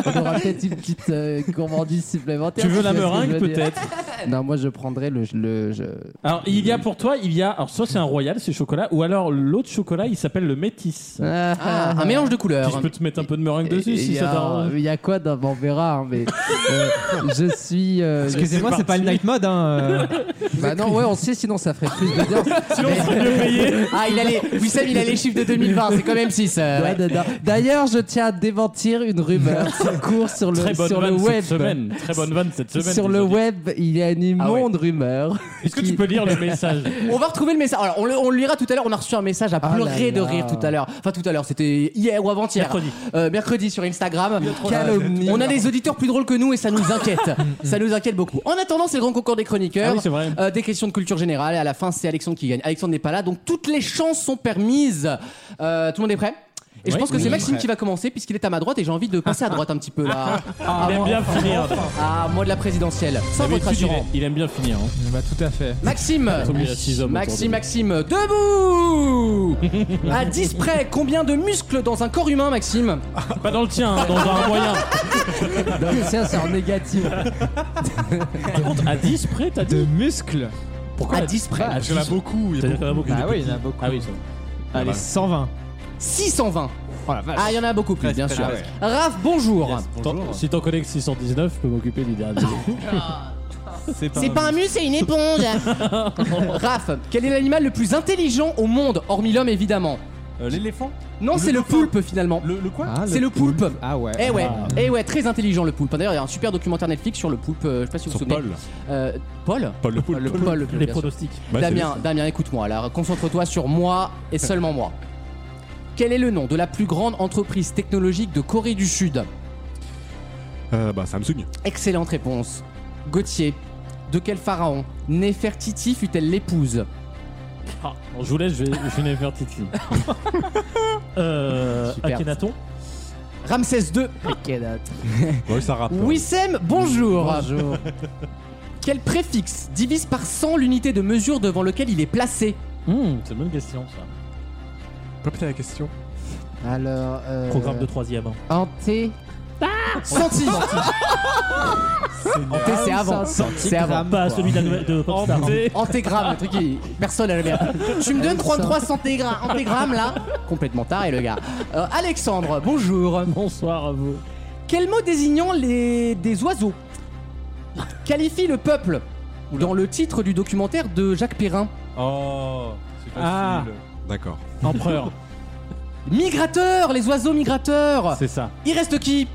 [SPEAKER 12] On aura peut-être une petite euh, gourmandise supplémentaire.
[SPEAKER 3] tu veux
[SPEAKER 12] si
[SPEAKER 3] la
[SPEAKER 12] vois ce que
[SPEAKER 3] meringue
[SPEAKER 12] je veux dire.
[SPEAKER 3] peut-être
[SPEAKER 12] Non, moi je prendrais le. le je...
[SPEAKER 3] Alors, il y a pour toi, il y a. Alors, soit c'est un royal, c'est chocolat, ou alors l'autre chocolat, il s'appelle le métis.
[SPEAKER 2] Ah, un mélange de
[SPEAKER 3] Puis
[SPEAKER 2] couleurs.
[SPEAKER 3] je peux te mettre un peu de meringue dessus
[SPEAKER 12] Il
[SPEAKER 3] si
[SPEAKER 12] y
[SPEAKER 3] ça
[SPEAKER 12] a-
[SPEAKER 3] t'arrange.
[SPEAKER 12] Il y a quoi dans bon, On verra, hein, mais euh, je suis. euh,
[SPEAKER 7] Excusez-moi, c'est pas le night mode. Hein. euh.
[SPEAKER 12] Bah non, ouais, on sait, sinon ça ferait plus d'audience.
[SPEAKER 3] *laughs*
[SPEAKER 12] *laughs*
[SPEAKER 2] Ah, il a les. Wissem, il a les chiffres de 2020, c'est quand même 6.
[SPEAKER 12] Ouais, dedans.
[SPEAKER 7] *laughs*
[SPEAKER 12] D'ailleurs, euh. je tiens à démentir
[SPEAKER 2] *laughs*
[SPEAKER 12] une rumeur qui court sur le,
[SPEAKER 3] Très bonne
[SPEAKER 12] sur le
[SPEAKER 3] vanne
[SPEAKER 12] web.
[SPEAKER 3] cette semaine. Très bonne vanne cette semaine.
[SPEAKER 12] sur
[SPEAKER 3] je
[SPEAKER 12] le
[SPEAKER 3] veux dire.
[SPEAKER 12] web, il y a une
[SPEAKER 2] Ah ouais.
[SPEAKER 12] immonde rumeur.
[SPEAKER 3] Est-ce que tu peux lire le message
[SPEAKER 2] On va retrouver le message. Alors, on, le, on le lira tout à l'heure. On a reçu un message à
[SPEAKER 12] Ah
[SPEAKER 2] pleurer
[SPEAKER 12] là
[SPEAKER 2] de
[SPEAKER 12] là.
[SPEAKER 2] rire tout à l'heure. Enfin, tout à l'heure, c'était hier ou avant-hier.
[SPEAKER 3] Mercredi.
[SPEAKER 2] Euh, mercredi sur Instagram.
[SPEAKER 12] Calomnie.
[SPEAKER 2] On a des auditeurs plus drôles que nous et ça nous
[SPEAKER 3] *laughs*
[SPEAKER 2] inquiète. ça nous inquiète beaucoup. En attendant, c'est le grand concours des chroniqueurs.
[SPEAKER 3] Ah oui, c'est vrai.
[SPEAKER 2] Euh, des questions de culture générale et à la fin, c'est Alexandre qui gagne. Alexandre n'est pas là, donc toutes les chances sont permises. Euh, tout le monde est prêt et je
[SPEAKER 3] Oui.
[SPEAKER 2] pense que c'est Maxime qui va commencer puisqu'il est à ma droite et j'ai envie de passer à droite un petit peu
[SPEAKER 3] *laughs*
[SPEAKER 2] là. Ah,
[SPEAKER 3] Il aime
[SPEAKER 2] moi-
[SPEAKER 3] bien finir.
[SPEAKER 2] ah, moi de la présidentielle. Sans votre
[SPEAKER 3] D'habitude, il,
[SPEAKER 2] assurant.
[SPEAKER 3] il aime bien finir. hein.
[SPEAKER 7] Bah, tout à fait.
[SPEAKER 2] Maxime
[SPEAKER 3] Tommy, il y a six hommes autour de
[SPEAKER 2] Maxime,
[SPEAKER 3] lui.
[SPEAKER 2] Maxime,
[SPEAKER 3] *laughs*
[SPEAKER 2] debout À 10 près, combien de muscles dans un corps humain, Maxime
[SPEAKER 3] Pas dans le tien, hein, dans un moyen. Ah,
[SPEAKER 2] *laughs*
[SPEAKER 12] Donc, ça, c'est en négatif.
[SPEAKER 3] Par contre, à 10 près, t'as
[SPEAKER 7] De
[SPEAKER 3] dit.
[SPEAKER 7] muscles
[SPEAKER 3] Pourquoi
[SPEAKER 2] À 10 près.
[SPEAKER 3] Ah,
[SPEAKER 6] Il y en a beaucoup. il y a beaucoup.
[SPEAKER 3] beaucoup.
[SPEAKER 7] Ah oui, il y en a beaucoup.
[SPEAKER 3] Ah oui, ça va.
[SPEAKER 7] Allez, 120.
[SPEAKER 2] 620. Ah, il y en a beaucoup plus, bien sûr. Raph, bonjour.
[SPEAKER 3] Tant- Si t'en connectes 619, je peux m'occuper du dernier.
[SPEAKER 2] C'est pas un muscle, c'est une
[SPEAKER 5] *laughs*
[SPEAKER 2] éponge. Raph, quel est l'animal le plus intelligent au monde, hormis l'homme évidemment
[SPEAKER 5] Euh, L'éléphant
[SPEAKER 2] Non,
[SPEAKER 5] Le
[SPEAKER 2] c'est le
[SPEAKER 5] poulpe.
[SPEAKER 2] poulpe finalement.
[SPEAKER 5] le, le quoi
[SPEAKER 7] Ah,
[SPEAKER 2] C'est le poulpe.
[SPEAKER 7] Ah ouais.
[SPEAKER 2] Eh ouais, eh ouais, très intelligent le poulpe. D'ailleurs, il y a un super documentaire Netflix sur le poulpe. euh, je sais pas si vous vous
[SPEAKER 5] Sur
[SPEAKER 2] souvenez.
[SPEAKER 5] Paul.
[SPEAKER 2] Euh, Paul
[SPEAKER 5] Paul le
[SPEAKER 2] Le
[SPEAKER 5] poulpe.
[SPEAKER 2] Paul, le poulpe,
[SPEAKER 3] Les
[SPEAKER 2] bien sûr.
[SPEAKER 3] pronostics.
[SPEAKER 5] Bah, c'est-
[SPEAKER 2] Damien, Damien, écoute-moi. Alors, concentre-toi sur moi et seulement moi. Quel est le nom de la plus grande entreprise technologique de Corée du Sud
[SPEAKER 6] Euh, Bah, Samsung.
[SPEAKER 2] Excellente réponse. Gauthier, de quel pharaon Néfertiti fut-elle l'épouse
[SPEAKER 3] Ah, bon, je vous laisse, je vais, je vais faire Titi.
[SPEAKER 10] Euh,
[SPEAKER 2] Superbe.
[SPEAKER 10] Akhenaton.
[SPEAKER 2] Ramsès II.
[SPEAKER 6] Ouais, ça rappe.
[SPEAKER 2] Wissem, bonjour.
[SPEAKER 12] Bonjour.
[SPEAKER 2] *laughs* Quel préfixe divise par 100 l'unité de mesure devant lequel il est placé
[SPEAKER 3] Hmm, c'est une bonne question ça.
[SPEAKER 6] Répétez la question.
[SPEAKER 12] Alors. euh, Ah
[SPEAKER 10] Programme de troisième. hein.
[SPEAKER 12] Hanté. *laughs*
[SPEAKER 2] Centime. Hanté, c'est
[SPEAKER 12] Ah
[SPEAKER 2] avant. C'est avant.
[SPEAKER 10] Pas celui de, la nouvelle- de Popstar. hein.
[SPEAKER 2] Antégramme, le truc qui. Personne n'a jamais appris. Tu me donnes 33 centégrammes, antégrammes là Complètement taré le gars. Euh, Alexandre,
[SPEAKER 10] euh,
[SPEAKER 2] bonjour.
[SPEAKER 3] Bonsoir à vous.
[SPEAKER 2] Quel mot désignant les... des oiseaux qualifie le peuple dans le titre du documentaire de Jacques Perrin
[SPEAKER 5] Oh, c'est facile.
[SPEAKER 7] Ah.
[SPEAKER 6] D'accord.
[SPEAKER 3] Empereur,
[SPEAKER 2] Migrateurs, les oiseaux migrateurs
[SPEAKER 3] c'est ça.
[SPEAKER 2] Il reste qui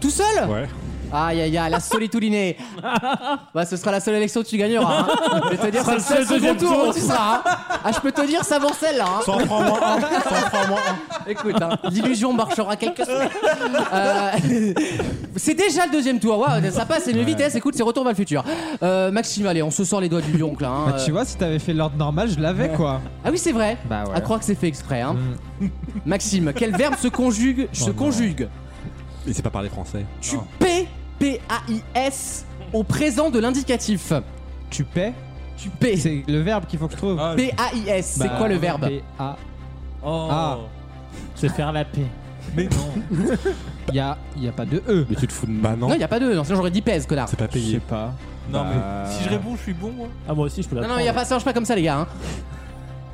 [SPEAKER 2] Tout seul
[SPEAKER 6] Ouais.
[SPEAKER 2] Aïe aïe aïe, la solitulinée. Bah, ce sera la seule élection que tu gagneras. hein. Je vais te dire,
[SPEAKER 4] Ce sera
[SPEAKER 2] c'est
[SPEAKER 4] le seul
[SPEAKER 2] le seul second
[SPEAKER 4] deuxième
[SPEAKER 2] tour
[SPEAKER 4] tour.
[SPEAKER 2] où tu seras. hein. Ah, je peux te dire, ça vaut celle-là. hein. Écoute, hein, l'illusion marchera quelques semaines. Euh, *laughs* c'est déjà le deuxième tour. Waouh, ça passe, c'est une vitesse. Écoute, c'est retour vers le futur. Euh, Maxime, allez, on se sort les doigts du lion, là. hein.
[SPEAKER 7] Bah, tu
[SPEAKER 2] Euh,
[SPEAKER 7] vois, si t'avais fait l'ordre normal, je l'avais quoi.
[SPEAKER 2] Ah oui, c'est vrai.
[SPEAKER 7] Bah ouais.
[SPEAKER 2] À croire que c'est fait exprès. hein. *laughs* Maxime, quel verbe se conjugue Se conjugue.
[SPEAKER 6] Il sait pas parler français.
[SPEAKER 2] Tu P P A I S au présent de l'indicatif.
[SPEAKER 7] Tu paies
[SPEAKER 2] Tu paies.
[SPEAKER 7] C'est le verbe qu'il faut que je trouve.
[SPEAKER 2] P A I S. C'est
[SPEAKER 7] Bah,
[SPEAKER 2] quoi le verbe
[SPEAKER 7] P-A.
[SPEAKER 10] Oh.
[SPEAKER 7] Ah.
[SPEAKER 10] C'est faire la paix.
[SPEAKER 7] Il y a, y a pas de E.
[SPEAKER 6] Mais tu te fous de Bah
[SPEAKER 2] Non, il y a pas de. non, Sinon, j'aurais dit pèse, connard.
[SPEAKER 6] C'est pas
[SPEAKER 7] Je sais
[SPEAKER 6] payé.
[SPEAKER 7] pas.
[SPEAKER 5] Non,
[SPEAKER 6] Bah.
[SPEAKER 5] mais si je réponds, je suis bon, moi.
[SPEAKER 10] Ah, moi aussi, je peux la
[SPEAKER 2] Non, non, y a pas ça. Marche pas comme ça, les gars. hein.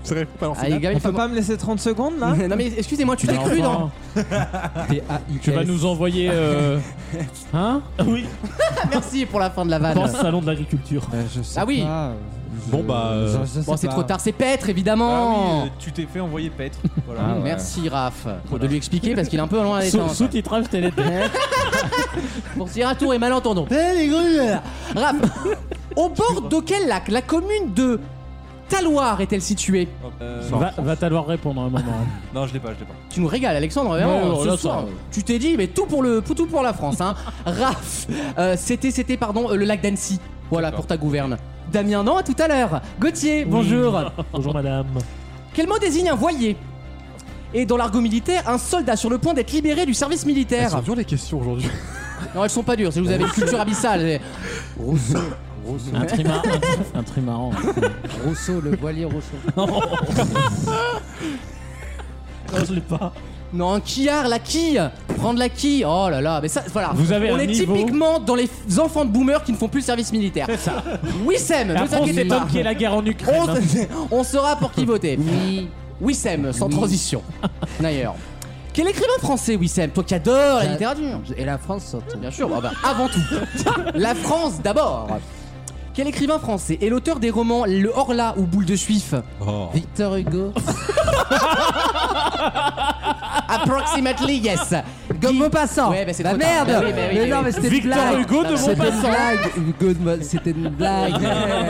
[SPEAKER 6] C'est pas
[SPEAKER 2] Ah, les gars, il
[SPEAKER 7] On
[SPEAKER 2] faut
[SPEAKER 7] peut pas me laisser 30 secondes *laughs* là
[SPEAKER 2] Non mais excusez-moi, tu t'es cru dans.
[SPEAKER 7] P-A-I-S.
[SPEAKER 3] Tu vas nous envoyer. euh,
[SPEAKER 10] Hein Oui,
[SPEAKER 2] Merci pour la fin de la vanne.
[SPEAKER 10] pense salon de l'agriculture.
[SPEAKER 7] Euh, je sais
[SPEAKER 2] Ah oui.
[SPEAKER 7] pas, euh,
[SPEAKER 6] Bon, bah, euh,
[SPEAKER 7] je- je sais
[SPEAKER 2] Bon, c'est
[SPEAKER 7] pas.
[SPEAKER 2] trop tard, c'est Petre
[SPEAKER 5] Ah
[SPEAKER 2] évidemment.
[SPEAKER 5] oui, euh, tu t'es fait
[SPEAKER 2] *laughs*
[SPEAKER 5] envoyer paître.
[SPEAKER 2] Mmh,
[SPEAKER 5] Voilà.
[SPEAKER 2] Oh. Merci Raph de lui expliquer parce qu'il est un peu loin à
[SPEAKER 10] Sous-
[SPEAKER 2] l'étendre.
[SPEAKER 10] Sous-titrage télé.
[SPEAKER 2] Pour dire un tour et malentendant. Eh, les gros, Raph, au bord de quel lac la commune de Taloir est-elle située
[SPEAKER 5] Euh,
[SPEAKER 10] Va, va t'alloir répondre un moment. hein.
[SPEAKER 5] non, je l'ai pas, je l'ai pas.
[SPEAKER 2] Tu nous régales Alexandre, vraiment,
[SPEAKER 10] Non, non,
[SPEAKER 2] ce
[SPEAKER 10] là, ça-
[SPEAKER 2] soir. Tu t'es dit mais tout pour le tout pour la France hein. Raph, euh, c'était c'était pardon euh, le lac d'Annecy. Voilà
[SPEAKER 5] D'accord.
[SPEAKER 2] pour ta gouverne. Damien, non, à tout à l'heure. Gauthier, bonjour.
[SPEAKER 10] Bonjour madame.
[SPEAKER 2] Quel mot désigne un voilier Et dans l'argot militaire, un soldat sur le point d'être libéré du service
[SPEAKER 6] Elles sont
[SPEAKER 2] militaire.
[SPEAKER 6] dures les questions aujourd'hui.
[SPEAKER 2] Non, elles sont pas dures, si vous avez une culture abyssale.
[SPEAKER 12] Rousseau,
[SPEAKER 10] Un tri mar- un tri- un tri marrant.
[SPEAKER 12] Rousseau, le voilier Rousseau.
[SPEAKER 10] Non, je l'ai pas.
[SPEAKER 2] Non, un quillard, la quille Prendre la quille Oh là là, mais ça, voilà.
[SPEAKER 10] Vous avez
[SPEAKER 2] On
[SPEAKER 10] un
[SPEAKER 2] est
[SPEAKER 10] niveau.
[SPEAKER 2] typiquement dans les f- enfants de boomers qui ne font plus le service militaire.
[SPEAKER 10] C'est ça.
[SPEAKER 2] Wissem,
[SPEAKER 10] La
[SPEAKER 2] ne
[SPEAKER 10] France
[SPEAKER 2] t'inquiétez pas.
[SPEAKER 10] m'étonne qu'il y ait la guerre en Ukraine.
[SPEAKER 2] On,
[SPEAKER 10] hein.
[SPEAKER 2] *laughs* on saura pour qui voter. Wissem, sans *laughs* transition. D'ailleurs. Quel écrivain français, Wissem Toi qui adore la
[SPEAKER 12] Euh,
[SPEAKER 2] littérature.
[SPEAKER 12] Et la France surtout.
[SPEAKER 2] Bien sûr, ah bah, avant tout. *laughs* La France d'abord. Quel écrivain français est l'auteur des romans Le Horla ou Boule de Suif
[SPEAKER 6] Oh.
[SPEAKER 12] Victor Hugo.
[SPEAKER 2] *laughs* Approximately yes.
[SPEAKER 12] Comme
[SPEAKER 2] Guy-
[SPEAKER 12] Maupassant.
[SPEAKER 2] Ouais, bah, c'est
[SPEAKER 12] La
[SPEAKER 2] trop tard.
[SPEAKER 12] merde.
[SPEAKER 2] Bah oui, bah oui,
[SPEAKER 12] mais
[SPEAKER 2] bah
[SPEAKER 12] non,
[SPEAKER 2] oui.
[SPEAKER 12] mais c'était une
[SPEAKER 10] Victor
[SPEAKER 12] blague.
[SPEAKER 10] Hugo de
[SPEAKER 12] C'était une
[SPEAKER 10] Maupassant.
[SPEAKER 12] blague. Hugo de Mau- C'était une blague.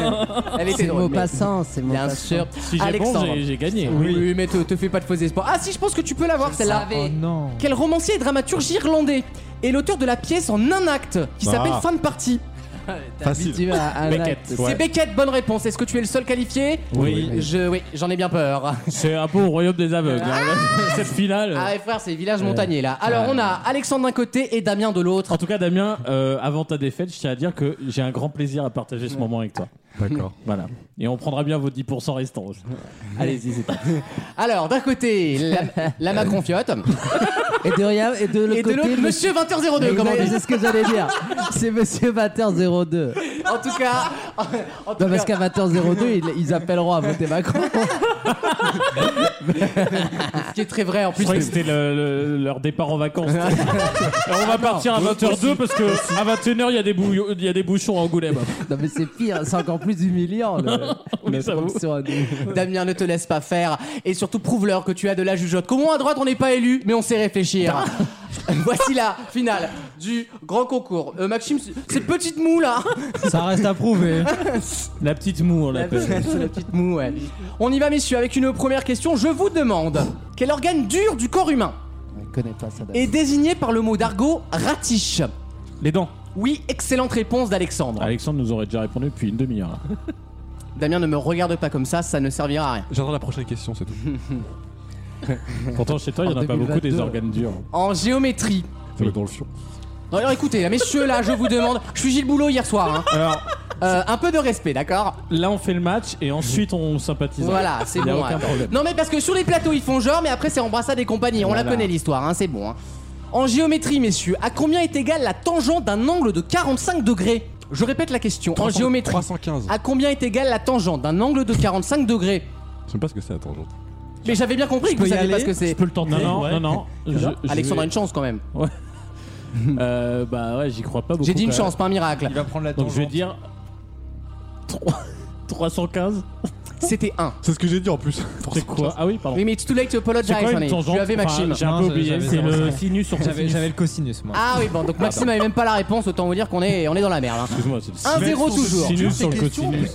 [SPEAKER 2] *laughs* Elle était
[SPEAKER 12] C'est
[SPEAKER 2] drôle, mais-
[SPEAKER 12] Maupassant, c'est
[SPEAKER 2] Bien
[SPEAKER 12] Maupassant.
[SPEAKER 2] sûr.
[SPEAKER 3] Si j'ai bon,
[SPEAKER 2] Alexandre.
[SPEAKER 3] j'ai- j'ai gagné.
[SPEAKER 2] oui. oui, mais te, te fais pas de faux espoirs. Ah si, je pense que tu peux l'avoir celle-là.
[SPEAKER 7] Oh non.
[SPEAKER 2] Quel romancier et dramaturge irlandais est l'auteur de la pièce en un acte qui
[SPEAKER 3] Bah.
[SPEAKER 6] Ah.
[SPEAKER 2] s'appelle Fin de *laughs* partie
[SPEAKER 6] Facile.
[SPEAKER 12] Tu as un
[SPEAKER 3] Beckett.
[SPEAKER 12] acte.
[SPEAKER 2] C'est Beckett, bonne réponse. Est-ce que tu es le seul qualifié
[SPEAKER 3] Oui.
[SPEAKER 2] Je, oui, j'en ai bien peur.
[SPEAKER 3] C'est un peu au royaume des aveugles. hein, là. *laughs* Cette finale.
[SPEAKER 2] *laughs* Ah ouais, frère, c'est village montagnier là. Alors on a Alexandre d'un côté et Damien de l'autre.
[SPEAKER 3] En tout cas, Damien, euh, avant ta défaite, je tiens à dire que j'ai un grand plaisir à partager ce moment avec toi.
[SPEAKER 6] D'accord.
[SPEAKER 3] Voilà. Et on prendra bien vos 10% restants. aussi.
[SPEAKER 2] Allez-y, c'est parti. Alors d'un côté, la, *laughs* la Macronfiotte.
[SPEAKER 12] Et de rien, et de l'autre
[SPEAKER 2] et de
[SPEAKER 12] côté,
[SPEAKER 2] l'autre, monsieur 20h02, comme on
[SPEAKER 12] Exact,
[SPEAKER 2] dit.
[SPEAKER 12] C'est ce que j'allais
[SPEAKER 7] *laughs*
[SPEAKER 12] dire. C'est Monsieur 20h02.
[SPEAKER 2] En tout cas. en tout
[SPEAKER 12] Non, parce
[SPEAKER 2] cas-
[SPEAKER 12] qu'à 20h02, ils, ils appelleront à voter Macron.
[SPEAKER 2] Ce qui est très vrai en
[SPEAKER 3] Je
[SPEAKER 2] plus. euh,
[SPEAKER 3] croyais que c'était le- le- leur départ en
[SPEAKER 2] *laughs*
[SPEAKER 3] vacances. Alors, on va partir à 20h02 parce que à 21h, il y, a des bouillons- il y a des bouchons à Angoulême.
[SPEAKER 12] Non, mais c'est pire, c'est encore plus
[SPEAKER 7] *laughs*
[SPEAKER 12] humiliant. Le,
[SPEAKER 3] Oui,
[SPEAKER 12] le
[SPEAKER 3] ça vaut.
[SPEAKER 12] fonction à nous.
[SPEAKER 2] Damien, ne te laisse pas faire. Et surtout, prouve-leur que tu as de la jugeote. Comment à droite, on n'est pas élu, mais on sait *laughs* réfléchir. Voici la finale du grand concours. Euh, Maxime, c- cette petite moue là.
[SPEAKER 7] Ça reste à
[SPEAKER 12] *laughs*
[SPEAKER 7] prouver.
[SPEAKER 3] La petite moue,
[SPEAKER 2] *laughs*
[SPEAKER 3] on
[SPEAKER 2] la
[SPEAKER 3] l'appelle.
[SPEAKER 2] petite moue, ouais. On y va, messieurs, avec une première question. Je vous demande quel organe dur du corps humain
[SPEAKER 12] Je connais pas ça.
[SPEAKER 2] est désigné par le mot d'argot ratiche
[SPEAKER 3] Les dents.
[SPEAKER 2] Oui, excellente réponse d'Alexandre.
[SPEAKER 3] Alexandre nous aurait déjà répondu depuis
[SPEAKER 2] *laughs*
[SPEAKER 3] une demi-heure.
[SPEAKER 2] Damien, ne me regarde pas comme ça, ça ne servira à rien.
[SPEAKER 6] J'attends la prochaine question, c'est tout.
[SPEAKER 3] Pourtant, chez toi, il n'y en a
[SPEAKER 12] En
[SPEAKER 3] pas beaucoup des
[SPEAKER 12] 2022.
[SPEAKER 3] organes durs.
[SPEAKER 2] En géométrie,
[SPEAKER 6] Ça va être dans le fion.
[SPEAKER 2] Alors écoutez, là, messieurs, là, je vous demande. Je suis Gilles Boulot hier soir. hein.
[SPEAKER 3] Alors,
[SPEAKER 2] Euh, un peu de respect, d'accord
[SPEAKER 3] là, on fait le match et ensuite, on sympathise.
[SPEAKER 2] Voilà, c'est
[SPEAKER 3] Il n'y a
[SPEAKER 2] bon.
[SPEAKER 3] aucun
[SPEAKER 2] attends.
[SPEAKER 3] problème.
[SPEAKER 2] Non, mais parce que sur les plateaux, ils font genre, mais après, c'est embrassade et compagnie. On la
[SPEAKER 3] Voilà.
[SPEAKER 2] connaît l'histoire, hein, c'est bon. hein. En géométrie, messieurs, à combien est égale la tangente d'un angle de 45 degrés Je répète la question. en
[SPEAKER 6] 300
[SPEAKER 2] géométrie,
[SPEAKER 6] 315.
[SPEAKER 2] à combien est égale la tangente d'un angle de 45 degrés
[SPEAKER 6] Je sais pas ce que c'est la tangente.
[SPEAKER 2] Mais j'avais bien compris que
[SPEAKER 7] peux
[SPEAKER 2] vous
[SPEAKER 7] y
[SPEAKER 2] saviez pas
[SPEAKER 7] aller
[SPEAKER 2] ce que c'est.
[SPEAKER 7] Je peux le tenter.
[SPEAKER 3] Non, non, non,
[SPEAKER 7] *laughs*
[SPEAKER 3] non. Je- je
[SPEAKER 2] Alexandre a
[SPEAKER 3] vais-
[SPEAKER 2] une chance quand même.
[SPEAKER 3] Euh, bah ouais, j'y crois pas beaucoup.
[SPEAKER 2] J'ai dit une
[SPEAKER 3] quand
[SPEAKER 2] chance, pas un miracle.
[SPEAKER 5] Il va prendre la
[SPEAKER 3] même. Donc *laughs*
[SPEAKER 5] tangente.
[SPEAKER 3] je vais dire 3... 315.
[SPEAKER 2] C'était un.
[SPEAKER 6] C'est ce que j'ai dit en plus.
[SPEAKER 3] C'est quoi Ah oui, pardon.
[SPEAKER 2] Oui, mais it's too late to apologize,
[SPEAKER 3] C'est quoi une
[SPEAKER 2] honey.
[SPEAKER 3] tangente
[SPEAKER 2] Tu avais
[SPEAKER 3] Enfin,
[SPEAKER 2] Maxime.
[SPEAKER 3] J'ai un peu
[SPEAKER 7] Non,
[SPEAKER 3] oublié.
[SPEAKER 7] j'avais-
[SPEAKER 3] C'est
[SPEAKER 7] j'avais-
[SPEAKER 3] le sinus sur
[SPEAKER 7] J'avais j'avais le cosinus, moi.
[SPEAKER 2] Ah oui, bon, donc Maxime avait même pas la réponse, autant vous dire qu'on est, on est dans la merde. hein.
[SPEAKER 3] Excuse-moi, c'est le sinus.
[SPEAKER 2] 1-0 toujours.
[SPEAKER 3] Sinus sur le cotinus.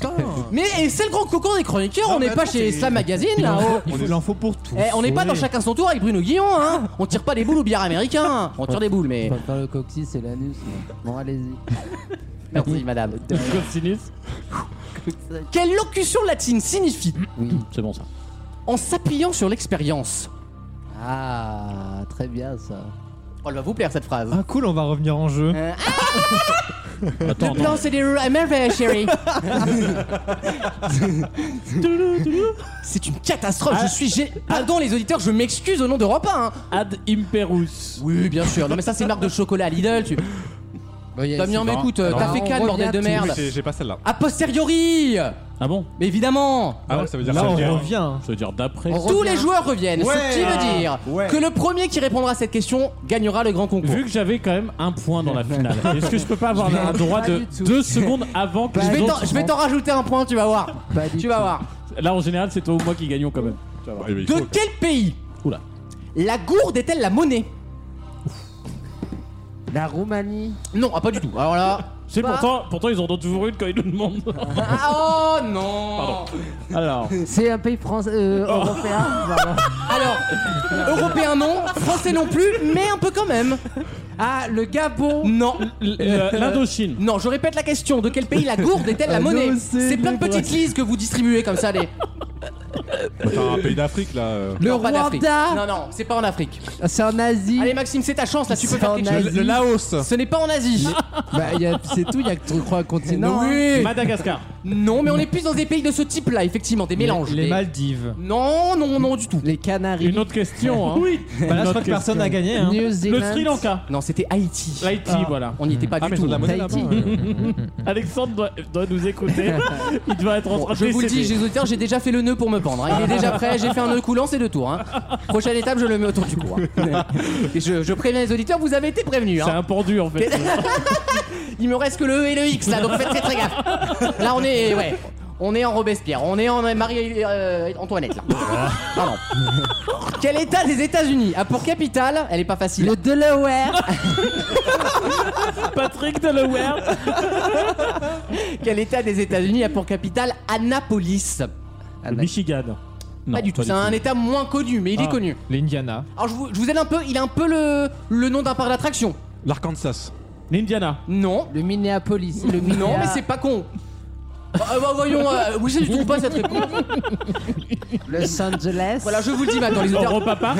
[SPEAKER 2] Mais et c'est le grand concours des chroniqueurs, on n'est pas chez Slam Magazine là.
[SPEAKER 12] Ah,
[SPEAKER 2] oh.
[SPEAKER 7] Il faut l'info pour tout.
[SPEAKER 2] Eh, on n'est pas dans chacun son tour avec Bruno Guillon, hein. On tire pas des boules au billard américain. On tire des boules, mais.
[SPEAKER 12] On va faire le coccyx et l'anus. là. Bon, allez-y.
[SPEAKER 2] Merci, madame.
[SPEAKER 3] Sur le sinus
[SPEAKER 2] Quelle locution latine signifie
[SPEAKER 3] C'est bon ça.
[SPEAKER 2] en s'appuyant sur l'expérience
[SPEAKER 12] Ah, très bien ça.
[SPEAKER 2] Oh, elle va vous plaire cette phrase.
[SPEAKER 7] Ah cool, on va revenir en jeu.
[SPEAKER 12] Eh.
[SPEAKER 2] Euh, ah,
[SPEAKER 3] Attends,
[SPEAKER 2] le plan, c'est des roues à merveille, chérie. c'est une catastrophe. Je suis. gé- Pardon, les auditeurs, je m'excuse au nom d'Europe 1. hein.
[SPEAKER 3] Ad Imperus.
[SPEAKER 2] Oui, bien sûr. Non, mais ça, c'est marque de chocolat à Lidl. Tu... Damien, mais écoute, euh, t'as
[SPEAKER 7] Ah,
[SPEAKER 2] fait
[SPEAKER 7] on
[SPEAKER 2] calme,
[SPEAKER 7] revient
[SPEAKER 2] bordel de
[SPEAKER 7] à tout.
[SPEAKER 2] merde.
[SPEAKER 6] Oui, j'ai- J'ai pas celle-là.
[SPEAKER 2] A posteriori
[SPEAKER 3] Ah bon
[SPEAKER 2] Mais évidemment
[SPEAKER 6] Ah ouais, ça veut dire
[SPEAKER 7] Là,
[SPEAKER 6] ça. veut
[SPEAKER 7] on
[SPEAKER 6] dire-
[SPEAKER 7] revient.
[SPEAKER 3] Ça veut dire d'après.
[SPEAKER 12] On
[SPEAKER 2] Tous
[SPEAKER 12] revient.
[SPEAKER 2] les joueurs reviennent,
[SPEAKER 7] Ouais.
[SPEAKER 2] ce qui veut dire
[SPEAKER 7] Ouais.
[SPEAKER 2] que le premier qui répondra à cette question gagnera le grand concours.
[SPEAKER 3] Vu que j'avais quand même un point dans
[SPEAKER 2] *laughs*
[SPEAKER 3] la finale, est-ce que je peux pas avoir un droit
[SPEAKER 12] Pas
[SPEAKER 3] de
[SPEAKER 12] du tout.
[SPEAKER 3] deux secondes avant que
[SPEAKER 2] Je
[SPEAKER 3] les
[SPEAKER 2] vais
[SPEAKER 3] autres
[SPEAKER 2] t'en- je vais t'en rajouter un point, tu vas voir.
[SPEAKER 12] Pas du
[SPEAKER 2] Tu vas
[SPEAKER 12] tout.
[SPEAKER 2] voir.
[SPEAKER 3] Là, en général, c'est toi ou moi qui gagnons quand même. Tu vas voir.
[SPEAKER 6] Ouais, mais il
[SPEAKER 2] De
[SPEAKER 6] faut-
[SPEAKER 2] quel pays
[SPEAKER 3] Oula.
[SPEAKER 2] La gourde est-elle la monnaie
[SPEAKER 12] La Roumanie.
[SPEAKER 2] Non, ah, pas du tout. Alors là.
[SPEAKER 3] C'est
[SPEAKER 2] Bah.
[SPEAKER 3] pourtant, pourtant ils en ont toujours une quand ils nous demandent.
[SPEAKER 2] Ah, oh non
[SPEAKER 3] *laughs* Alors,
[SPEAKER 12] C'est un pays français. euh,
[SPEAKER 3] Oh.
[SPEAKER 12] européen. pardon.
[SPEAKER 2] Alors, européen non, français non plus, mais un peu quand même.
[SPEAKER 12] Ah, le Gabon.
[SPEAKER 2] Non,
[SPEAKER 3] l- euh, l'Indochine.
[SPEAKER 2] non, je répète la question. De quel pays la gourde est-elle la
[SPEAKER 7] Ah,
[SPEAKER 2] monnaie
[SPEAKER 7] non, c'est
[SPEAKER 2] C'est plein de
[SPEAKER 7] les
[SPEAKER 2] petites lises que vous distribuez comme ça, les.
[SPEAKER 6] Attends, Bah, un pays d'Afrique là. euh.
[SPEAKER 12] Le
[SPEAKER 2] Non, pas d'Afrique.
[SPEAKER 12] Rwanda.
[SPEAKER 2] Non, non, c'est pas en Afrique.
[SPEAKER 12] Ah, C'est en Asie.
[SPEAKER 2] Allez, Maxime, c'est ta chance, là, tu peux
[SPEAKER 12] C'est
[SPEAKER 2] faire
[SPEAKER 12] en
[SPEAKER 2] quelque
[SPEAKER 12] Asie.
[SPEAKER 2] chose.
[SPEAKER 12] Le- le
[SPEAKER 7] Laos.
[SPEAKER 2] Ce n'est pas en Asie.
[SPEAKER 12] Bah, y a- c'est tout, il y a que tu crois un continent. hein.
[SPEAKER 2] oui.
[SPEAKER 3] Madagascar.
[SPEAKER 2] Non, mais on est plus dans des pays de ce type-là, effectivement, des mélanges.
[SPEAKER 7] Les
[SPEAKER 2] des-
[SPEAKER 7] Maldives.
[SPEAKER 2] Non, non, non, du tout.
[SPEAKER 12] Les Canaries.
[SPEAKER 3] Une autre question. Hein. Oui.
[SPEAKER 7] Bah là, je crois que personne n'a gagné. hein.
[SPEAKER 12] New
[SPEAKER 3] Le
[SPEAKER 12] Zealand.
[SPEAKER 3] Sri Lanka.
[SPEAKER 2] Non, c'était Haïti.
[SPEAKER 3] L'Haïti, voilà.
[SPEAKER 2] On n'y était pas
[SPEAKER 6] Ah,
[SPEAKER 2] du
[SPEAKER 6] mais ils ont
[SPEAKER 2] tout.
[SPEAKER 6] de la monnaie là-bas.
[SPEAKER 12] Tahiti.
[SPEAKER 6] euh.
[SPEAKER 7] *laughs*
[SPEAKER 3] Alexandre doit, doit nous écouter. *laughs* Il doit être en
[SPEAKER 2] Bon,
[SPEAKER 3] train
[SPEAKER 2] je
[SPEAKER 3] de
[SPEAKER 2] vous le dis,
[SPEAKER 3] décéder.
[SPEAKER 2] j'ai les auditeurs, j'ai déjà fait le nœud pour me pendre. hein. Il est déjà prêt, j'ai fait un nœud coulant, c'est deux tours. hein. Prochaine étape, je le mets autour du cou. hein. Et je, je préviens les auditeurs, vous avez été prévenus.
[SPEAKER 3] C'est
[SPEAKER 2] hein.
[SPEAKER 3] un pendu en fait.
[SPEAKER 2] Il me reste que le E et le X là, donc faites très très gaffe. Là, on est. Ouais. On est en Robespierre, on est en euh, Marie-Antoinette là. Pardon. Quel état des États-Unis a pour capitale, elle est pas facile,
[SPEAKER 12] Le
[SPEAKER 2] *laughs*
[SPEAKER 12] Delaware.
[SPEAKER 3] Patrick Delaware.
[SPEAKER 2] Quel état des États-Unis a pour capitale Annapolis
[SPEAKER 3] Michigan. Non,
[SPEAKER 2] Pas du tout, c'est un état moins connu, mais il est connu.
[SPEAKER 7] L'Indiana.
[SPEAKER 2] Alors je vous, je vous aide un peu, il a un peu le, le nom d'un parc d'attraction.
[SPEAKER 6] L'Arkansas.
[SPEAKER 3] L'Indiana.
[SPEAKER 2] Non,
[SPEAKER 12] Le Minneapolis.
[SPEAKER 2] non,
[SPEAKER 12] Le
[SPEAKER 2] mais
[SPEAKER 12] Minneapolis.
[SPEAKER 2] c'est pas con. Euh, bah, voyons, euh, oui, je trouve pas cette réponse.
[SPEAKER 12] Los Angeles.
[SPEAKER 2] Voilà, je vous le dis maintenant, les auditeurs.
[SPEAKER 3] Europa Park.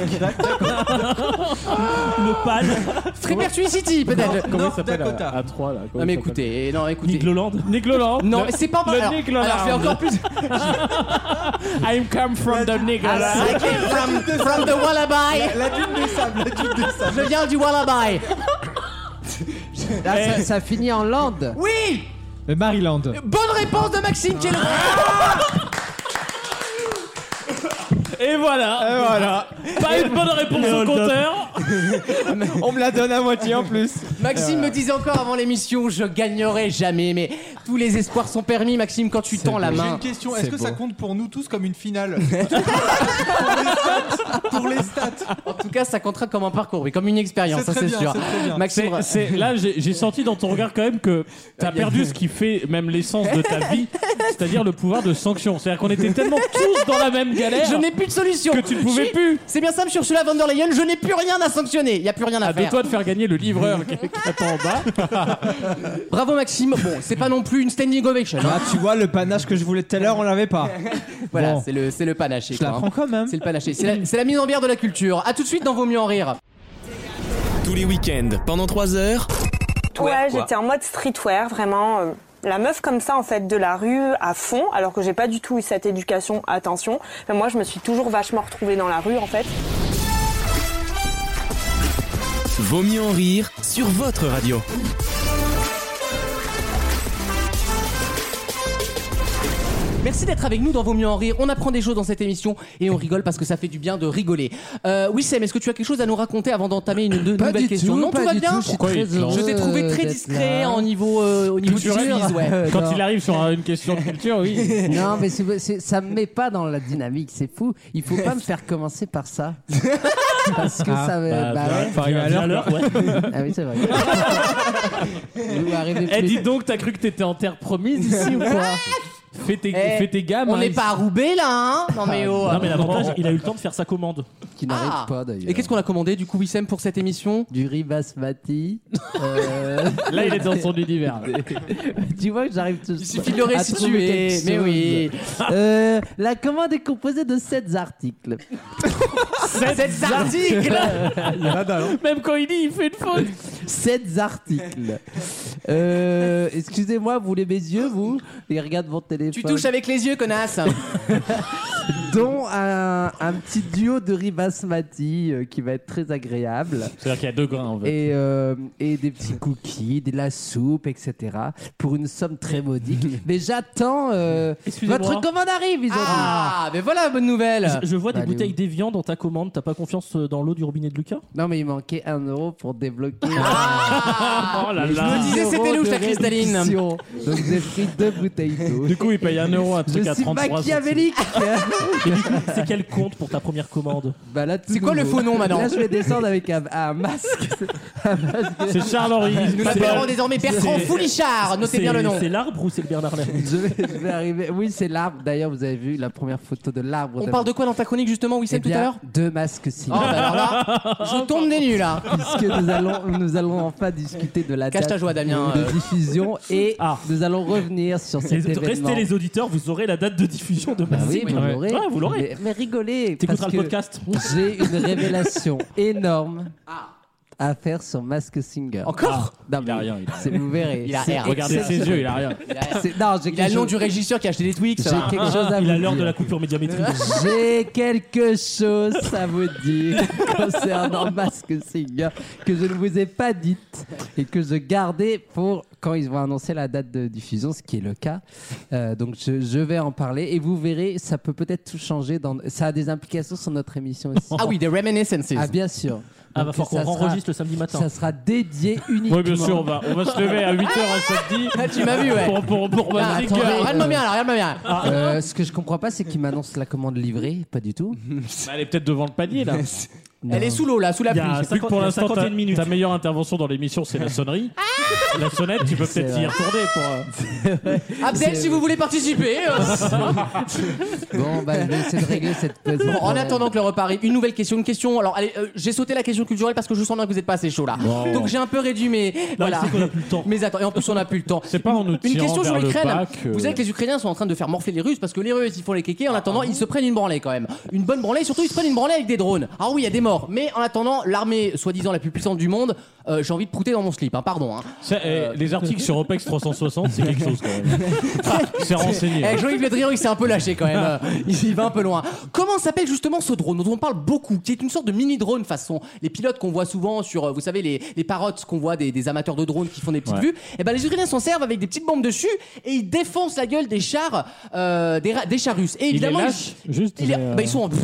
[SPEAKER 3] *laughs* le PAN.
[SPEAKER 2] Trippertuis City, peut-être.
[SPEAKER 3] Comment il
[SPEAKER 5] North
[SPEAKER 3] s'appelle
[SPEAKER 5] Dakota.
[SPEAKER 3] à 3 là
[SPEAKER 2] Non, mais écoutez, non, écoutez.
[SPEAKER 3] Nick Loland. Nick Loland.
[SPEAKER 2] Non,
[SPEAKER 3] Le-
[SPEAKER 2] mais c'est pas
[SPEAKER 3] Le
[SPEAKER 2] alors,
[SPEAKER 3] Nick Loland.
[SPEAKER 2] alors, c'est encore plus.
[SPEAKER 3] I'm come from the Nick Loland.
[SPEAKER 2] I came from, from the Wallaby.
[SPEAKER 7] La dune des sables.
[SPEAKER 2] Je viens du Wallaby.
[SPEAKER 12] Ah, ça-
[SPEAKER 3] Eh.
[SPEAKER 12] ça finit en Lande.
[SPEAKER 2] Oui
[SPEAKER 7] Le Maryland.
[SPEAKER 2] Bonne réponse de Maxime qui est le-
[SPEAKER 3] Et voilà.
[SPEAKER 7] voilà.
[SPEAKER 3] Pas une bonne réponse au compteur.
[SPEAKER 7] On me la donne à moitié en plus.
[SPEAKER 2] Maxime me disait encore avant l'émission, je gagnerai jamais, mais tous les espoirs sont permis, Maxime, quand tu tends la
[SPEAKER 5] J'ai une
[SPEAKER 2] main.
[SPEAKER 5] question, est-ce
[SPEAKER 7] C'est
[SPEAKER 5] que ça
[SPEAKER 7] beau.
[SPEAKER 5] compte pour nous tous comme une finale Pour les stats, pour les stats.
[SPEAKER 2] En tout cas, ça comptera comme un parcours, oui, comme une expérience,
[SPEAKER 5] C'est
[SPEAKER 2] ça
[SPEAKER 5] très
[SPEAKER 2] c'est
[SPEAKER 5] bien,
[SPEAKER 2] sûr.
[SPEAKER 5] c'est très bien.
[SPEAKER 2] Maxime,
[SPEAKER 3] C'est- c'est- là, j'ai j'ai senti dans ton regard quand même que t'as perdu ce qui fait même l'essence de ta vie, c'est-à-dire le pouvoir de sanction. C'est-à-dire qu'on était tellement tous dans la même galère
[SPEAKER 2] je n'ai plus de solution.
[SPEAKER 3] que tu ne pouvais
[SPEAKER 2] Je-
[SPEAKER 3] plus.
[SPEAKER 2] C'est bien simple, je suis Ursula von der Leyen, je n'ai plus rien à sanctionner, il n'y a plus rien à
[SPEAKER 3] À deux
[SPEAKER 2] faire.
[SPEAKER 3] toi Ah, de faire gagner le livreur qui, qui attend en bas.
[SPEAKER 2] Bravo Maxime, bon, c'est pas non plus une standing ovation. hein.
[SPEAKER 7] Ah, tu vois, le panache que je voulais tout à l'heure, on l'avait pas.
[SPEAKER 2] Voilà,
[SPEAKER 7] Bon.
[SPEAKER 2] c'est le, c'est le panaché.
[SPEAKER 7] Je *laughs* la
[SPEAKER 2] quoi, hein.
[SPEAKER 7] prends quand même.
[SPEAKER 2] C'est le panaché, c'est la, c'est la mise en bière de la culture. A tout de suite dans Vaut mieux en rire.
[SPEAKER 1] Tous les week-ends, pendant 3 heures,
[SPEAKER 9] Ouais, j'étais en mode streetwear, vraiment. euh, La meuf comme ça, en fait, de la rue à fond, alors que j'ai pas du tout eu cette éducation, attention. Mais moi, je me suis toujours vachement retrouvée dans la rue, en fait.
[SPEAKER 1] Vaut mieux en rire sur votre radio.
[SPEAKER 2] Merci d'être avec nous dans Vaut mieux en rire. On apprend des choses dans cette émission et on rigole parce que ça fait du bien de rigoler. Euh, Wissem, est-ce que tu as quelque chose à nous raconter avant d'entamer une de-
[SPEAKER 12] Pas
[SPEAKER 2] nouvelle
[SPEAKER 12] du
[SPEAKER 2] question
[SPEAKER 12] tout,
[SPEAKER 2] Non,
[SPEAKER 12] pas
[SPEAKER 2] tout va
[SPEAKER 12] du
[SPEAKER 2] bien.
[SPEAKER 12] tout, je suis Pourquoi très il te lance
[SPEAKER 2] Je t'ai trouvé
[SPEAKER 12] heureux
[SPEAKER 2] très
[SPEAKER 12] d'être
[SPEAKER 2] discret
[SPEAKER 12] là.
[SPEAKER 2] en niveau, euh, au niveau du
[SPEAKER 12] Culturel.
[SPEAKER 2] quiz,
[SPEAKER 12] *laughs*
[SPEAKER 2] ouais.
[SPEAKER 3] *laughs* Quand
[SPEAKER 12] Non.
[SPEAKER 3] il arrive sur un- une question de culture,
[SPEAKER 2] *laughs*
[SPEAKER 3] oui.
[SPEAKER 12] *laughs* Non, mais c'est- c'est- ça me met pas dans la dynamique, c'est fou. Il faut pas me faire commencer
[SPEAKER 9] *laughs*
[SPEAKER 12] par ça. Parce que
[SPEAKER 10] Ah,
[SPEAKER 12] ça me.
[SPEAKER 10] bah,
[SPEAKER 12] bah
[SPEAKER 10] bien,
[SPEAKER 12] ouais.
[SPEAKER 10] faut arriver à Bien l'heure, à l'heure, ouais.
[SPEAKER 12] Ah oui,
[SPEAKER 9] *laughs*
[SPEAKER 12] c'est vrai. Vous arrivez
[SPEAKER 3] Eh,
[SPEAKER 12] plus-
[SPEAKER 3] dis donc, t'as cru que t'étais en terre promise ici ou quoi fais tes,
[SPEAKER 2] Ah Eh,
[SPEAKER 3] fais tes gammes.
[SPEAKER 2] On
[SPEAKER 3] hein,
[SPEAKER 2] n'est
[SPEAKER 3] ici.
[SPEAKER 2] pas à Roubaix là, hein Non mais oh.
[SPEAKER 3] Non, mais l'avantage, il a eu le temps
[SPEAKER 10] de faire sa commande.
[SPEAKER 12] Qui n'arrive
[SPEAKER 2] Ah.
[SPEAKER 12] pas d'ailleurs.
[SPEAKER 2] Et qu'est-ce qu'on a commandé du coup, Wissem, pour cette émission
[SPEAKER 12] Du riz basmati. euh, *laughs*
[SPEAKER 3] Là, il est dans son *laughs* univers.
[SPEAKER 12] tu vois que j'arrive tout Il
[SPEAKER 2] suffit de le restituer, mais
[SPEAKER 12] *laughs*
[SPEAKER 2] oui.
[SPEAKER 12] Euh, la commande est composée de 7 articles.
[SPEAKER 2] Cet article
[SPEAKER 6] Il y en a dalle, hein.
[SPEAKER 3] Même quand il dit, il fait une faute.
[SPEAKER 12] 7 articles. Euh, Excusez-moi, vous voulez mes yeux, vous Et regarde mon téléphone.
[SPEAKER 2] Tu touches avec les yeux, connasse
[SPEAKER 12] Dont un, un petit duo de riz basmati euh, qui va être très agréable.
[SPEAKER 3] C'est-à-dire qu'il y a deux grains en fait.
[SPEAKER 12] Et, euh, et des petits cookies, de la soupe, etc. Pour une somme très modique. Mais j'attends. euh,
[SPEAKER 10] Excusez-moi.
[SPEAKER 12] votre commande arrive, ils ont dit.
[SPEAKER 2] Ah, mais voilà la bonne nouvelle
[SPEAKER 10] Je, je vois
[SPEAKER 12] Bah,
[SPEAKER 10] des
[SPEAKER 12] allez,
[SPEAKER 10] bouteilles
[SPEAKER 12] oui.
[SPEAKER 10] d'évian dans ta commande. T'as pas confiance euh, dans l'eau du robinet de Lucas
[SPEAKER 12] Non, mais il manquait un euro pour débloquer.
[SPEAKER 10] *laughs* Oh là
[SPEAKER 12] les
[SPEAKER 10] là.
[SPEAKER 2] Je me disais, c'était
[SPEAKER 12] euros
[SPEAKER 2] louche,
[SPEAKER 12] de
[SPEAKER 2] la cristalline.
[SPEAKER 12] réduction. Donc j'ai pris deux bouteilles d'eau.
[SPEAKER 3] Du coup, il paye un euro, un truc
[SPEAKER 12] Je
[SPEAKER 3] à
[SPEAKER 12] suis
[SPEAKER 3] 33 centimes.
[SPEAKER 12] machiavélique
[SPEAKER 7] *laughs*
[SPEAKER 10] C'est quel compte pour ta première commande
[SPEAKER 12] Bah là, tout
[SPEAKER 2] C'est quoi le
[SPEAKER 12] nouveau.
[SPEAKER 2] faux nom, maintenant
[SPEAKER 12] Là, je vais descendre avec un, un masque. Un masque.
[SPEAKER 10] C'est Charles-Henri.
[SPEAKER 2] Nous l'appellerons désormais Bertrand Foulichard, notez
[SPEAKER 10] C'est
[SPEAKER 2] bien le nom.
[SPEAKER 10] c'est l'arbre ou c'est le Bernard Lerner
[SPEAKER 12] *laughs* Je vais, je vais arriver. Oui, c'est l'arbre. D'ailleurs, vous avez vu la première photo de l'arbre.
[SPEAKER 2] On parle de quoi dans ta chronique justement, Wissem,
[SPEAKER 12] Eh
[SPEAKER 2] tout à
[SPEAKER 12] bien,
[SPEAKER 2] l'heure
[SPEAKER 12] Deux masques Ah. si
[SPEAKER 2] Oh, bah alors là, je tombe des nues là
[SPEAKER 12] Puisque nous allons, nous allons enfin discuter de la
[SPEAKER 2] Cache ta
[SPEAKER 12] date
[SPEAKER 2] joie, Damien,
[SPEAKER 12] de
[SPEAKER 2] euh.
[SPEAKER 12] diffusion et
[SPEAKER 10] *laughs* Ah.
[SPEAKER 12] nous allons revenir sur cet
[SPEAKER 10] Les-
[SPEAKER 12] événement.
[SPEAKER 10] Restez les auditeurs, vous aurez la date de diffusion de
[SPEAKER 12] Bah
[SPEAKER 10] Massy.
[SPEAKER 12] oui, vous
[SPEAKER 10] Ouais.
[SPEAKER 12] l'aurez.
[SPEAKER 10] Ouais, vous l'aurez.
[SPEAKER 12] Mais, mais rigolez.
[SPEAKER 10] T'écouteras
[SPEAKER 12] parce
[SPEAKER 10] le
[SPEAKER 12] que
[SPEAKER 10] podcast.
[SPEAKER 12] J'ai
[SPEAKER 2] *laughs*
[SPEAKER 12] une révélation énorme à faire sur Mask Singer.
[SPEAKER 2] Ah.
[SPEAKER 12] Ah,
[SPEAKER 2] Encore
[SPEAKER 12] Non, mais
[SPEAKER 3] a rien, il a
[SPEAKER 12] c'est- Vous verrez.
[SPEAKER 2] Il a
[SPEAKER 12] C'est
[SPEAKER 2] R.
[SPEAKER 3] Regardez ses
[SPEAKER 12] exceptionnel.
[SPEAKER 3] yeux, il a rien.
[SPEAKER 12] C'est- Non, j'ai
[SPEAKER 2] Il a le
[SPEAKER 12] quelque
[SPEAKER 2] nom
[SPEAKER 12] chose-
[SPEAKER 2] du régisseur qui a acheté des Twix.
[SPEAKER 12] J'ai
[SPEAKER 2] ça.
[SPEAKER 12] quelque chose à
[SPEAKER 10] Il a
[SPEAKER 12] vous
[SPEAKER 10] l'heure de
[SPEAKER 12] dire.
[SPEAKER 10] la coupure médiamétrique.
[SPEAKER 12] J'ai quelque chose à vous dire *laughs* concernant Mask Singer que je ne vous ai pas dite et que je gardais pour quand ils vont annoncer la date de diffusion, ce qui est le cas. Euh, donc je, je vais en parler et vous verrez, ça peut peut-être tout changer. Dans, ça a des implications sur notre émission aussi.
[SPEAKER 2] Ah oui, des reminiscences.
[SPEAKER 12] Ah bien sûr.
[SPEAKER 10] Ah,
[SPEAKER 3] bah,
[SPEAKER 10] va
[SPEAKER 12] Donc,
[SPEAKER 10] falloir
[SPEAKER 12] ça
[SPEAKER 10] qu'on
[SPEAKER 12] sera-
[SPEAKER 10] enregistre le samedi matin.
[SPEAKER 12] Ça sera dédié uniquement.
[SPEAKER 3] Oui, bien sûr, on va, on va se lever à 8h un
[SPEAKER 10] *laughs*
[SPEAKER 3] samedi.
[SPEAKER 2] Ah, tu m'as vu, ouais.
[SPEAKER 3] Pour, pour, pour
[SPEAKER 2] Ah,
[SPEAKER 3] Massinger.
[SPEAKER 2] attendez, Regarde-moi bien là, regarde-moi bien.
[SPEAKER 12] Euh, ce que je comprends pas, c'est qu'ils m'annoncent la commande livrée, pas du tout.
[SPEAKER 3] Bah, elle est peut-être devant le panier là.
[SPEAKER 2] Elle est sous l'eau là, sous la
[SPEAKER 10] Il y
[SPEAKER 2] pluie.
[SPEAKER 10] a
[SPEAKER 3] Vu que
[SPEAKER 10] 50
[SPEAKER 3] pour
[SPEAKER 10] il y a
[SPEAKER 3] l'instant,
[SPEAKER 10] 51
[SPEAKER 3] ta,
[SPEAKER 10] minutes.
[SPEAKER 3] ta meilleure intervention dans l'émission, c'est la sonnerie.
[SPEAKER 2] Ah
[SPEAKER 3] la sonnette, tu peux
[SPEAKER 12] C'est
[SPEAKER 3] peut-être y retourner pour. euh,
[SPEAKER 2] Abdel, si vous voulez participer. euh,
[SPEAKER 12] *laughs* Bon, bah, je vais essayer de régler cette. cette
[SPEAKER 2] Bon, en
[SPEAKER 12] problème.
[SPEAKER 2] attendant que le repas arrive, une nouvelle question, une question. Alors, allez, euh, j'ai sauté la question culturelle parce que je sens bien que vous êtes pas assez chaud là. Donc j'ai un peu réduit mes. voilà.
[SPEAKER 10] c'est qu'on a plus le temps.
[SPEAKER 2] Mais attends, et en plus on a plus le temps.
[SPEAKER 3] C'est pas en nous
[SPEAKER 2] Une
[SPEAKER 3] tirant
[SPEAKER 2] question sur
[SPEAKER 3] vers le
[SPEAKER 2] l'Ukraine.
[SPEAKER 3] bac, euh, Ah
[SPEAKER 2] Vous savez que les Ukrainiens sont en train de faire morfler les Russes parce que les Russes ils font les kékés. En attendant, ils se prennent une branlée quand même. Une bonne branlée. et Surtout, ils se prennent une branlée avec des drones. Ah oui, il y a des morts. Mais en attendant, l'armée soi-disant la plus puissante du monde, euh, j'ai envie de prouter dans mon slip. hein, pardon. Hein.
[SPEAKER 3] ça, eh, Les articles sur OPEX 360, c'est quelque chose
[SPEAKER 2] *laughs*
[SPEAKER 3] quand même. Ah, c'est renseigné. hein.
[SPEAKER 2] Eh, Jean-Yves Le Drian, il s'est un peu lâché quand même.
[SPEAKER 3] *laughs*
[SPEAKER 2] Euh, il va un peu loin. Comment s'appelle justement ce drone dont on parle beaucoup, qui est une sorte de mini drone façon les pilotes qu'on voit souvent sur, euh, vous savez, les, les parottes qu'on voit des, des amateurs de drones qui font des petites vues. Et ben les Ukrainiens s'en servent avec des petites bombes dessus et ils défoncent la gueule des chars, euh, des, ra- des chars russes. Et
[SPEAKER 3] Il est
[SPEAKER 2] évidemment,
[SPEAKER 3] lâche, euh, juste.
[SPEAKER 2] il
[SPEAKER 3] il
[SPEAKER 2] est-
[SPEAKER 3] est, euh,
[SPEAKER 2] bah, ils sont en... *laughs*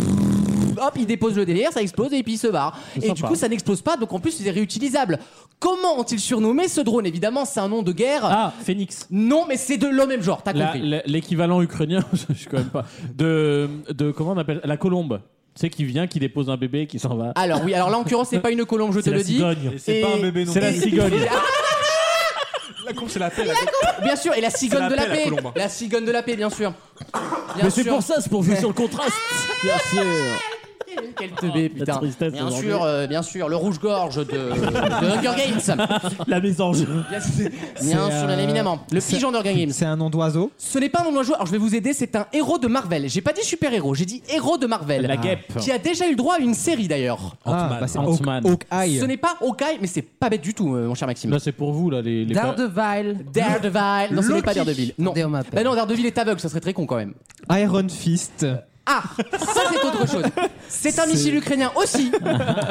[SPEAKER 2] Hop, ils déposent le délire, ça explose et puis ils se barrent. Et du coup, ça n'explose pas, donc en plus, c'est réutilisable. Comment ont-ils surnommé ce drone Évidemment, c'est un nom de guerre.
[SPEAKER 10] Ah, Phoenix.
[SPEAKER 2] Non, mais c'est de le même genre, t'as
[SPEAKER 3] la-
[SPEAKER 2] compris.
[SPEAKER 3] la- L'équivalent ukrainien, *laughs* je suis quand même pas. De, de comment on appelle La colombe. Tu sais, qui vient, qui dépose un bébé, qui s'en va.
[SPEAKER 2] Alors oui, alors là en l'occurrence c'est pas une colombe, Ah, je te
[SPEAKER 10] C'est la
[SPEAKER 2] le dis.
[SPEAKER 10] cigogne.
[SPEAKER 5] C'est
[SPEAKER 2] Et- Ah,
[SPEAKER 5] pas un bébé non
[SPEAKER 3] C'est la
[SPEAKER 5] plus.
[SPEAKER 3] cigogne.
[SPEAKER 2] *laughs*
[SPEAKER 5] La con, c'est la paix.
[SPEAKER 2] Bien sûr, et la cigogne de
[SPEAKER 5] C'est la
[SPEAKER 2] la
[SPEAKER 5] paix, la
[SPEAKER 2] paix.
[SPEAKER 5] colombe.
[SPEAKER 2] La cigogne de la paix, bien sûr. Bien
[SPEAKER 10] Mais c'est
[SPEAKER 2] sûr.
[SPEAKER 10] pour ça, c'est pour jouer sur le contraste.
[SPEAKER 2] *laughs* Bien sûr. Quel teubé, putain.
[SPEAKER 10] tristesse
[SPEAKER 2] Bien
[SPEAKER 10] aujourd'hui.
[SPEAKER 2] sûr, euh, bien sûr, le rouge-gorge de, de Hunger Games.
[SPEAKER 10] La mésange.
[SPEAKER 2] Bien sûr, bien sûr, bien
[SPEAKER 7] euh,
[SPEAKER 2] évidemment. Le
[SPEAKER 7] c'est-
[SPEAKER 2] pigeon d'Hunger Games.
[SPEAKER 7] C'est un nom d'oiseau.
[SPEAKER 2] Ce n'est pas un nom de joueur. Alors je vais vous aider, c'est un héros de Marvel. J'ai pas dit super-héros, j'ai dit héros de Marvel.
[SPEAKER 3] La guêpe.
[SPEAKER 2] Qui a déjà eu le droit à une série d'ailleurs.
[SPEAKER 7] Ah, bah, c'est Hawk-
[SPEAKER 3] Ant-Man.
[SPEAKER 7] Hawkeye.
[SPEAKER 2] Ce n'est pas Hawkeye, mais c'est pas bête du tout, euh, mon cher Maxime.
[SPEAKER 3] Là, c'est pour vous, là, les. les
[SPEAKER 12] Daredevil.
[SPEAKER 2] Daredevil. Non, ce n'est pas
[SPEAKER 12] Loki.
[SPEAKER 2] Daredevil. Non.
[SPEAKER 12] Dès on m'appelle.
[SPEAKER 2] Bah non, Daredevil est aveugle, ça serait très con quand même.
[SPEAKER 7] Iron Fist.
[SPEAKER 2] Ah, ça c'est autre chose. C'est un missile ukrainien aussi.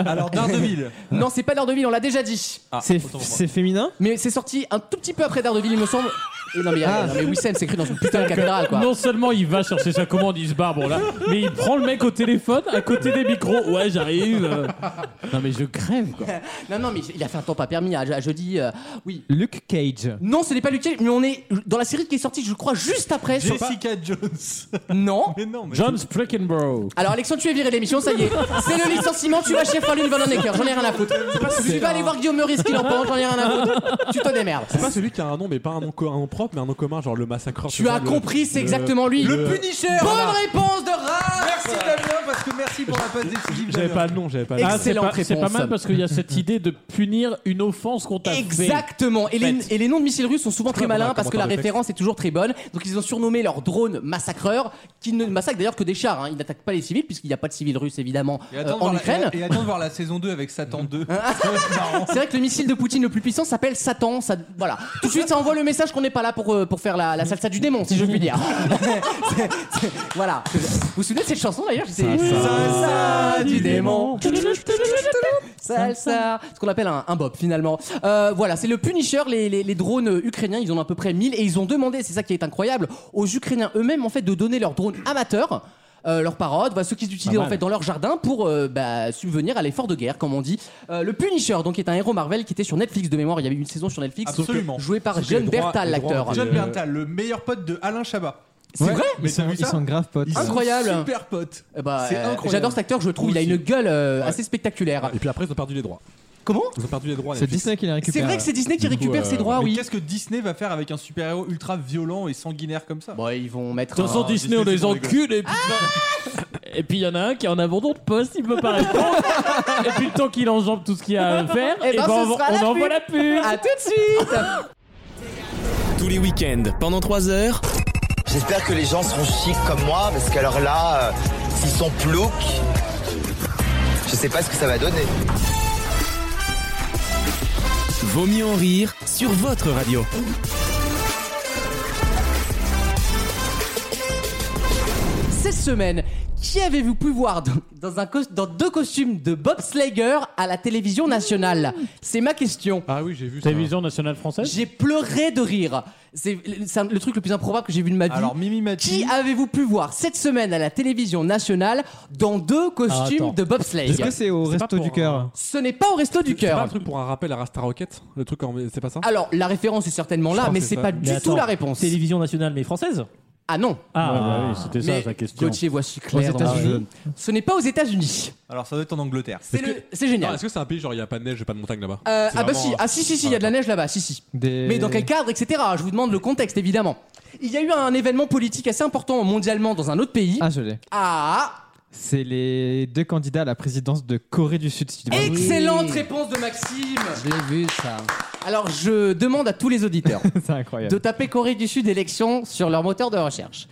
[SPEAKER 5] Alors, Daredevil.
[SPEAKER 2] Non, c'est pas Daredevil, on l'a déjà dit.
[SPEAKER 5] Ah,
[SPEAKER 7] C'est
[SPEAKER 5] autant pour moi.
[SPEAKER 7] c'est féminin
[SPEAKER 2] Mais c'est sorti un tout petit peu après Daredevil, il me semble. Et non, mais, y a- non, mais Wissem s'écrit dans une putain de cathédrale, quoi.
[SPEAKER 3] Non seulement il va chercher sa commande, il se barre, bon là, mais il prend le mec au téléphone à côté des micros. Ouais, j'arrive. euh. Non mais je crève quoi.
[SPEAKER 2] Non, non, mais il a fait un temps pas permis à, à jeudi. euh, oui.
[SPEAKER 7] Luke Cage.
[SPEAKER 2] Non, ce n'est pas Luke Cage, mais on est dans la série qui est sortie, je crois, juste après. sur-
[SPEAKER 5] Jessica Jones.
[SPEAKER 2] Non.
[SPEAKER 5] Mais non, mais.
[SPEAKER 3] John Sprickenborough.
[SPEAKER 2] Alors, Alexandre, tu es viré de l'émission, ça y est. C'est le licenciement, tu vas chez Farlune Van Honecker, j'en ai rien à foutre. Tu vas aller voir Guillaume Meurice qui l'en pense, j'en ai rien à foutre. Tu te démerdes.
[SPEAKER 6] *laughs* C'est pas celui qui a un nom, mais pas un nom, co- un nom propre, mais un nom commun, genre le massacreur.
[SPEAKER 2] Tu as
[SPEAKER 6] vois, le-
[SPEAKER 2] compris, c'est
[SPEAKER 6] le-
[SPEAKER 2] exactement lui.
[SPEAKER 6] le-
[SPEAKER 2] Punisher Bonne réponse de Raph
[SPEAKER 13] Merci Damien, parce que merci pour la passe décisive.
[SPEAKER 6] J'avais
[SPEAKER 13] Damien.
[SPEAKER 6] pas le nom, j'avais pas le nom.
[SPEAKER 3] Ah, c'est
[SPEAKER 2] Excellente
[SPEAKER 3] pas, c'est pas
[SPEAKER 2] réponse.
[SPEAKER 3] mal parce qu'il y a cette idée de punir une offense qu'on t'a fait.
[SPEAKER 2] Exactement. Et les, et les noms de missiles russes sont souvent très
[SPEAKER 3] Très bon,
[SPEAKER 2] malins
[SPEAKER 3] un
[SPEAKER 2] parce que la
[SPEAKER 3] commentaire de texte.
[SPEAKER 2] référence est toujours très bonne. Donc ils ont surnommé leur drone massacreur, qui ne massacre d'ailleurs que des chars. hein. Ils n'attaquent pas les civils puisqu'il n'y a pas de civils russes évidemment
[SPEAKER 13] Et
[SPEAKER 2] euh,
[SPEAKER 13] attends de voir
[SPEAKER 2] en
[SPEAKER 13] la-
[SPEAKER 2] Ukraine.
[SPEAKER 13] et- et attends de voir la saison 2 avec Satan
[SPEAKER 2] *laughs*
[SPEAKER 13] 2. C'est marrant.
[SPEAKER 2] C'est vrai que le missile de Poutine le plus puissant s'appelle Satan. Ça, voilà. Tout de suite, ça envoie le message qu'on n'est pas là pour, euh, pour faire la, la salsa du démon, si je puis dire. *laughs* C'est- c'est- voilà. Vous vous souvenez de cette chanson d'ailleurs C'est Salsa du démon. Salsa. Ce qu'on appelle un, un bob finalement. Euh, voilà, c'est le Punisher. Les, les- les drones ukrainiens, ils en ont à peu près 1000 et ils ont demandé, c'est ça qui est incroyable, aux Ukrainiens eux-mêmes en fait de donner leurs drones amateurs. euh, leurs parodes, voilà, ceux qu'ils utilisent
[SPEAKER 3] Pas
[SPEAKER 2] en
[SPEAKER 3] mal.
[SPEAKER 2] fait dans leur jardin pour euh, bah, subvenir à l'effort de guerre, comme on dit. Euh, le Punisher, donc, est un héros Marvel qui était sur Netflix de mémoire. Il y avait une saison sur Netflix,
[SPEAKER 13] Absolument.
[SPEAKER 2] joué par
[SPEAKER 6] Sauf que les
[SPEAKER 2] John
[SPEAKER 6] droits-
[SPEAKER 2] Bertal,
[SPEAKER 6] les droits
[SPEAKER 2] l'acteur.
[SPEAKER 6] ont
[SPEAKER 13] John
[SPEAKER 6] Euh,
[SPEAKER 13] Bertal, le meilleur pote de Alain Chabat.
[SPEAKER 2] C'est vrai
[SPEAKER 13] Mais
[SPEAKER 7] Ils
[SPEAKER 13] t'as
[SPEAKER 7] sont,
[SPEAKER 13] vu
[SPEAKER 7] ils
[SPEAKER 13] ça
[SPEAKER 7] sont grave potes.
[SPEAKER 13] Ils sont
[SPEAKER 2] Incroyable.
[SPEAKER 13] Super pote.
[SPEAKER 2] Eh bah,
[SPEAKER 13] C'est
[SPEAKER 2] euh,
[SPEAKER 13] incroyable.
[SPEAKER 2] J'adore cet acteur, je trouve. Il a une gueule euh, assez spectaculaire.
[SPEAKER 6] Ah, Et puis après, ils ont perdu les droits.
[SPEAKER 2] Comment
[SPEAKER 6] Ils ont perdu les droits.
[SPEAKER 7] C'est
[SPEAKER 6] Netflix.
[SPEAKER 7] Disney qui les récupère.
[SPEAKER 2] C'est vrai que c'est Disney qui
[SPEAKER 6] Du coup,
[SPEAKER 2] récupère
[SPEAKER 6] euh,
[SPEAKER 2] ses droits,
[SPEAKER 13] Mais
[SPEAKER 2] Ah oui.
[SPEAKER 13] qu'est-ce que Disney va faire avec un super-héros ultra violent et sanguinaire comme ça
[SPEAKER 2] Bon, ils vont mettre.
[SPEAKER 3] De toute façon,
[SPEAKER 2] un- Ah
[SPEAKER 3] Disney, on
[SPEAKER 13] Disney,
[SPEAKER 3] les
[SPEAKER 13] c'est pour les
[SPEAKER 3] encule et puis. Et puis il y en a un qui est en abandon de poste, il peut pas répondre. et puis le temps qu'il enjambe tout ce qu'il y a à faire,
[SPEAKER 2] Eh
[SPEAKER 3] et
[SPEAKER 2] ben,
[SPEAKER 3] ben,
[SPEAKER 2] ce
[SPEAKER 3] on,
[SPEAKER 2] sera
[SPEAKER 3] on
[SPEAKER 2] la
[SPEAKER 3] envoie
[SPEAKER 2] pub.
[SPEAKER 3] la pub.
[SPEAKER 2] À tout de suite
[SPEAKER 1] Tous les week-ends, pendant 3 heures,
[SPEAKER 14] J'espère que les gens seront chics comme moi, parce qu'alors là, euh, s'ils sont ploucs, je sais pas ce que ça va donner.
[SPEAKER 1] Vaut mieux en rire sur votre radio.
[SPEAKER 2] Cette semaine, qui avez-vous pu voir dans, dans un cos- dans deux costumes de Bob Slager à la télévision nationale C'est ma question.
[SPEAKER 6] Ah oui, j'ai vu ça.
[SPEAKER 3] Télévision nationale française
[SPEAKER 2] J'ai pleuré de rire. C'est le- c'est un- le truc le plus improbable que j'ai vu de ma vie.
[SPEAKER 13] Alors Mimi Mati,
[SPEAKER 2] qui avez-vous pu voir cette semaine à la télévision nationale dans deux costumes
[SPEAKER 3] attends.
[SPEAKER 2] de bobsleigh
[SPEAKER 7] Est-ce que c'est au
[SPEAKER 6] C'est pas
[SPEAKER 7] resto
[SPEAKER 6] pour
[SPEAKER 7] du cœur
[SPEAKER 2] Ce n'est pas au resto du
[SPEAKER 6] C'est pas un
[SPEAKER 2] cœur. Ah,
[SPEAKER 6] truc pour un rappel à Rasta Rocket Le truc en. C'est pas ça
[SPEAKER 2] Alors, la référence est certainement
[SPEAKER 6] Je
[SPEAKER 2] là,
[SPEAKER 6] crois
[SPEAKER 2] mais
[SPEAKER 6] que
[SPEAKER 2] c'est
[SPEAKER 6] c'est
[SPEAKER 2] pas
[SPEAKER 6] ça.
[SPEAKER 2] du
[SPEAKER 10] Mais
[SPEAKER 2] tout
[SPEAKER 10] attends,
[SPEAKER 2] la réponse.
[SPEAKER 10] Télévision nationale, mais française
[SPEAKER 2] Ah non.
[SPEAKER 10] Ah,
[SPEAKER 3] Ah, oui, c'était ça
[SPEAKER 2] Mais,
[SPEAKER 3] sa question.
[SPEAKER 2] Gauthier, voici clair.
[SPEAKER 7] Aux
[SPEAKER 2] dans la-
[SPEAKER 7] États-Unis.
[SPEAKER 2] Ce n'est pas aux États-Unis.
[SPEAKER 13] alors ça doit être en Angleterre.
[SPEAKER 2] C'est le- c'est
[SPEAKER 6] Non,
[SPEAKER 2] génial.
[SPEAKER 6] Est-ce que Ah, c'est un pays genre il y a pas de neige, pas de montagne là-bas
[SPEAKER 2] Euh,
[SPEAKER 6] C'est
[SPEAKER 2] ah bah
[SPEAKER 6] vraiment,
[SPEAKER 2] si,
[SPEAKER 6] euh,
[SPEAKER 2] ah si si si, il y a de la neige là-bas, si si.
[SPEAKER 7] Des-
[SPEAKER 2] Mais dans quel cadre, etc. Je vous demande le contexte évidemment. Il y a eu un événement politique assez important mondialement dans un autre pays.
[SPEAKER 7] Ah, je l'ai.
[SPEAKER 2] Ah,
[SPEAKER 7] C'est les deux candidats à la présidence de Corée du Sud. si tu veux.
[SPEAKER 2] excellente réponse de Maxime.
[SPEAKER 12] Je l'ai vu ça.
[SPEAKER 2] Alors je demande à tous les auditeurs
[SPEAKER 7] *laughs* C'est incroyable.
[SPEAKER 2] de taper Corée du Sud élection sur leur moteur de recherche.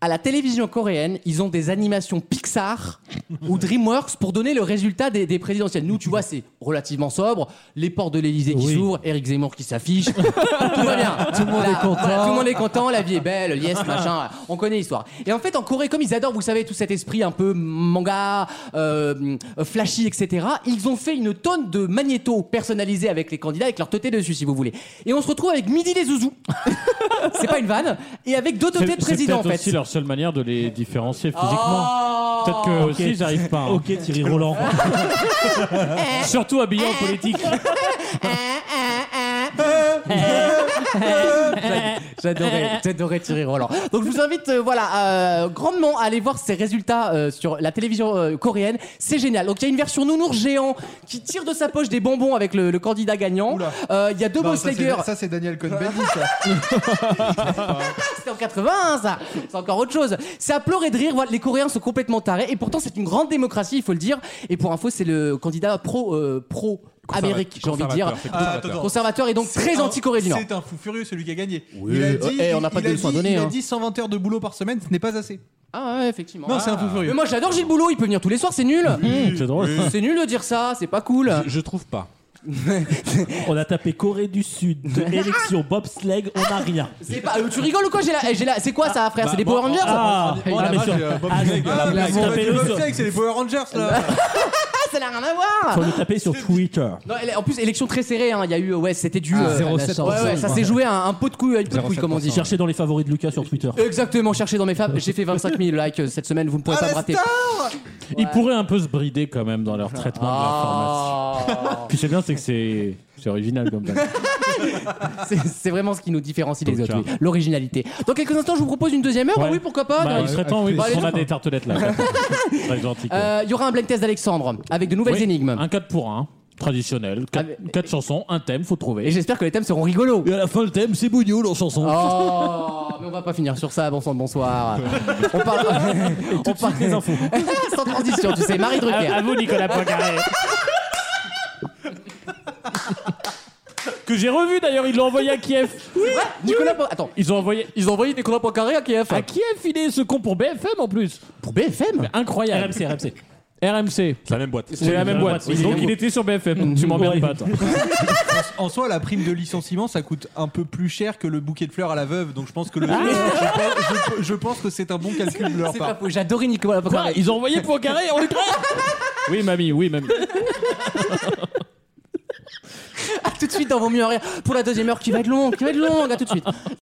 [SPEAKER 2] À la télévision coréenne, ils ont des animations Pixar ou DreamWorks pour donner le résultat des, des présidentielles. Nous, tu vois, c'est relativement sobre. Les portes de l'Elysée qui s'ouvrent, Eric Zemmour qui s'affiche. tout va bien. Tout le monde est content. tout le monde est content, la vie est belle, yes, machin. On connaît l'histoire. Et en fait, en Corée, comme ils adorent, vous savez, tout cet esprit un peu manga, euh, euh, flashy, etc., ils ont fait une tonne de magnétos personnalisés avec les candidats, avec leur teuté dessus, si vous voulez. Et on se retrouve avec Midi les Zouzous. *laughs* c'est pas une vanne. Et avec deux teutés de président, en
[SPEAKER 3] peut-être
[SPEAKER 2] fait.
[SPEAKER 3] aussi leur seule manière de les différencier physiquement.
[SPEAKER 2] Oh.
[SPEAKER 3] Peut-être que
[SPEAKER 10] Ok.
[SPEAKER 3] aussi, j'arrive pas. hein.
[SPEAKER 10] Ok, Thierry Roland.
[SPEAKER 3] *laughs* Surtout habillé
[SPEAKER 10] *laughs*
[SPEAKER 3] en politique.
[SPEAKER 2] *laughs* J'adorais, j'adorais Thierry Roland. Donc je vous invite, euh, voilà, euh, grandement à aller voir ces résultats euh, sur la télévision euh, coréenne. C'est génial. Donc il y a une version nounours géant qui tire de sa poche des bonbons avec le, le candidat gagnant.
[SPEAKER 13] Oula.
[SPEAKER 2] Euh, Il y a deux
[SPEAKER 13] Non,
[SPEAKER 2] boss
[SPEAKER 13] ça,
[SPEAKER 2] leggers.
[SPEAKER 13] c'est- ça c'est Daniel Cohn-Bendit ça. Ah,
[SPEAKER 2] Ah, C'était en 80, ça. C'est encore autre chose. C'est à pleurer de rire. Voilà, les Coréens sont complètement tarés. Et pourtant, c'est une grande démocratie, il faut le dire. Et pour info, c'est le candidat pro, euh, pro Amérique, j'ai envie de dire.
[SPEAKER 6] Conservateur, c'est
[SPEAKER 13] Ah,
[SPEAKER 6] conservateur.
[SPEAKER 13] attends.
[SPEAKER 2] Conservateur et donc
[SPEAKER 13] C'est
[SPEAKER 2] très
[SPEAKER 13] un-
[SPEAKER 2] anti-Corée du Nord.
[SPEAKER 13] C'est un fou furieux celui qui a gagné.
[SPEAKER 2] Oui,
[SPEAKER 13] il a
[SPEAKER 2] euh,
[SPEAKER 13] dit,
[SPEAKER 2] eh, on n'a pas
[SPEAKER 13] il
[SPEAKER 2] que
[SPEAKER 13] a
[SPEAKER 2] des soins
[SPEAKER 13] dit-
[SPEAKER 2] donnés,
[SPEAKER 13] Il
[SPEAKER 2] hein.
[SPEAKER 13] a dit 120 heures de boulot par semaine, ce n'est pas assez.
[SPEAKER 2] Ah ouais, effectivement.
[SPEAKER 13] Non, c'est un fou
[SPEAKER 2] Mais
[SPEAKER 13] furieux.
[SPEAKER 2] moi, j'adore Gilles Boulot, il peut venir tous les soirs, c'est nul.
[SPEAKER 3] C'est drôle.
[SPEAKER 2] C'est nul de dire ça, c'est pas cool.
[SPEAKER 6] Je, je trouve pas.
[SPEAKER 10] On a tapé Corée du Sud, élection bobsleigh, on a rien.
[SPEAKER 2] C'est pas, euh, tu rigoles ou quoi J'ai la, j'ai la, c'est quoi ça, frère C'est des Power
[SPEAKER 3] bah,
[SPEAKER 2] Rangers
[SPEAKER 10] Ah,
[SPEAKER 2] Ah,
[SPEAKER 10] ah, mais sur-
[SPEAKER 6] Bob
[SPEAKER 10] ah,
[SPEAKER 6] Craig,
[SPEAKER 10] ah, *laughs*
[SPEAKER 13] Ah,
[SPEAKER 10] mais
[SPEAKER 13] mais
[SPEAKER 10] sur-
[SPEAKER 13] c'est les Power Rangers là.
[SPEAKER 2] Ah, ça n'a rien à
[SPEAKER 3] bah,
[SPEAKER 2] voir.
[SPEAKER 10] Faut le taper sur Twitter.
[SPEAKER 2] Non, elle- en plus, élection très serrée. hein. Il y a eu, ouais, c'était du.
[SPEAKER 10] Ah,
[SPEAKER 2] euh,
[SPEAKER 10] 0,7%.
[SPEAKER 2] ouais, ouais, ça s'est joué à un pot de couille, un pot de couille, comme on dit.
[SPEAKER 10] Cherchez dans les favoris de Lucas sur Twitter.
[SPEAKER 2] Exactement, cherchez dans mes fables. J'ai fait 25 000 likes euh, cette semaine, vous ne pouvez pas me rater.
[SPEAKER 3] Ils pourraient un peu se brider quand même dans leur traitement
[SPEAKER 10] Ah.
[SPEAKER 3] de
[SPEAKER 2] l'information.
[SPEAKER 3] Puis c'est bien, c'est que c'est c'est original comme ça.
[SPEAKER 2] C'est- C'est vraiment ce qui nous différencie des autres, oui. l'originalité. Dans quelques instants, je vous propose une deuxième heure.
[SPEAKER 3] Ouais.
[SPEAKER 2] Bah oui, pourquoi pas.
[SPEAKER 3] Bah,
[SPEAKER 2] dans-
[SPEAKER 3] il serait temps, oui,
[SPEAKER 2] Bah,
[SPEAKER 3] parce
[SPEAKER 2] allez,
[SPEAKER 3] qu'on a
[SPEAKER 2] donc.
[SPEAKER 3] des tartelettes là. Très gentil. quoi.
[SPEAKER 2] Euh, Il y aura un blind test d'Alexandre avec de nouvelles
[SPEAKER 3] Oui,
[SPEAKER 2] énigmes.
[SPEAKER 3] Un 4 pour 1, traditionnel. 4, chansons, un thème, faut trouver. Et
[SPEAKER 2] j'espère que les thèmes seront
[SPEAKER 3] *laughs*
[SPEAKER 2] rigolos.
[SPEAKER 3] Et à la fin, le thème, c'est Bougnoul en chanson.
[SPEAKER 2] Oh, mais on va pas finir sur ça. Bon sang de bonsoir. On parle. on parle des infos. *laughs* Sans transition, tu sais. Marie Drucker.
[SPEAKER 3] À, à vous, Nicolas Poincaré. *laughs* que j'ai revu d'ailleurs, ils l'ont envoyé à Kiev. Oui,
[SPEAKER 2] Nicolas Po- Attends,
[SPEAKER 3] ils ont envoyé,
[SPEAKER 2] ils ont envoyé Nicolas Poincaré à Kiev.
[SPEAKER 3] À Kiev, il est ce con pour BFM en plus.
[SPEAKER 2] Pour BFM
[SPEAKER 3] Incroyable.
[SPEAKER 10] RMC, RMC.
[SPEAKER 3] RMC. C'est la même boîte. C'est la même boîte.
[SPEAKER 5] Oui, c'est la
[SPEAKER 3] Donc
[SPEAKER 5] même
[SPEAKER 3] il
[SPEAKER 5] boîte.
[SPEAKER 3] était sur BFM. Tu m'emmerdes
[SPEAKER 5] Ouais.
[SPEAKER 3] pas, toi.
[SPEAKER 5] en, en soi, la prime de licenciement, ça coûte un peu plus cher que le bouquet de fleurs à la veuve. Donc je pense que le, je, je- je pense que c'est un bon calcul de leur
[SPEAKER 2] C'est
[SPEAKER 5] part.
[SPEAKER 2] pas faux. J'adorais Nicolas Poincaré.
[SPEAKER 3] Ils ont envoyé Poincaré en Ukraine Oui, mamie, oui, mamie.
[SPEAKER 2] À tout de suite dans Vaut mieux en rire pour la deuxième heure qui va être longue, qui va être longue. À tout de suite.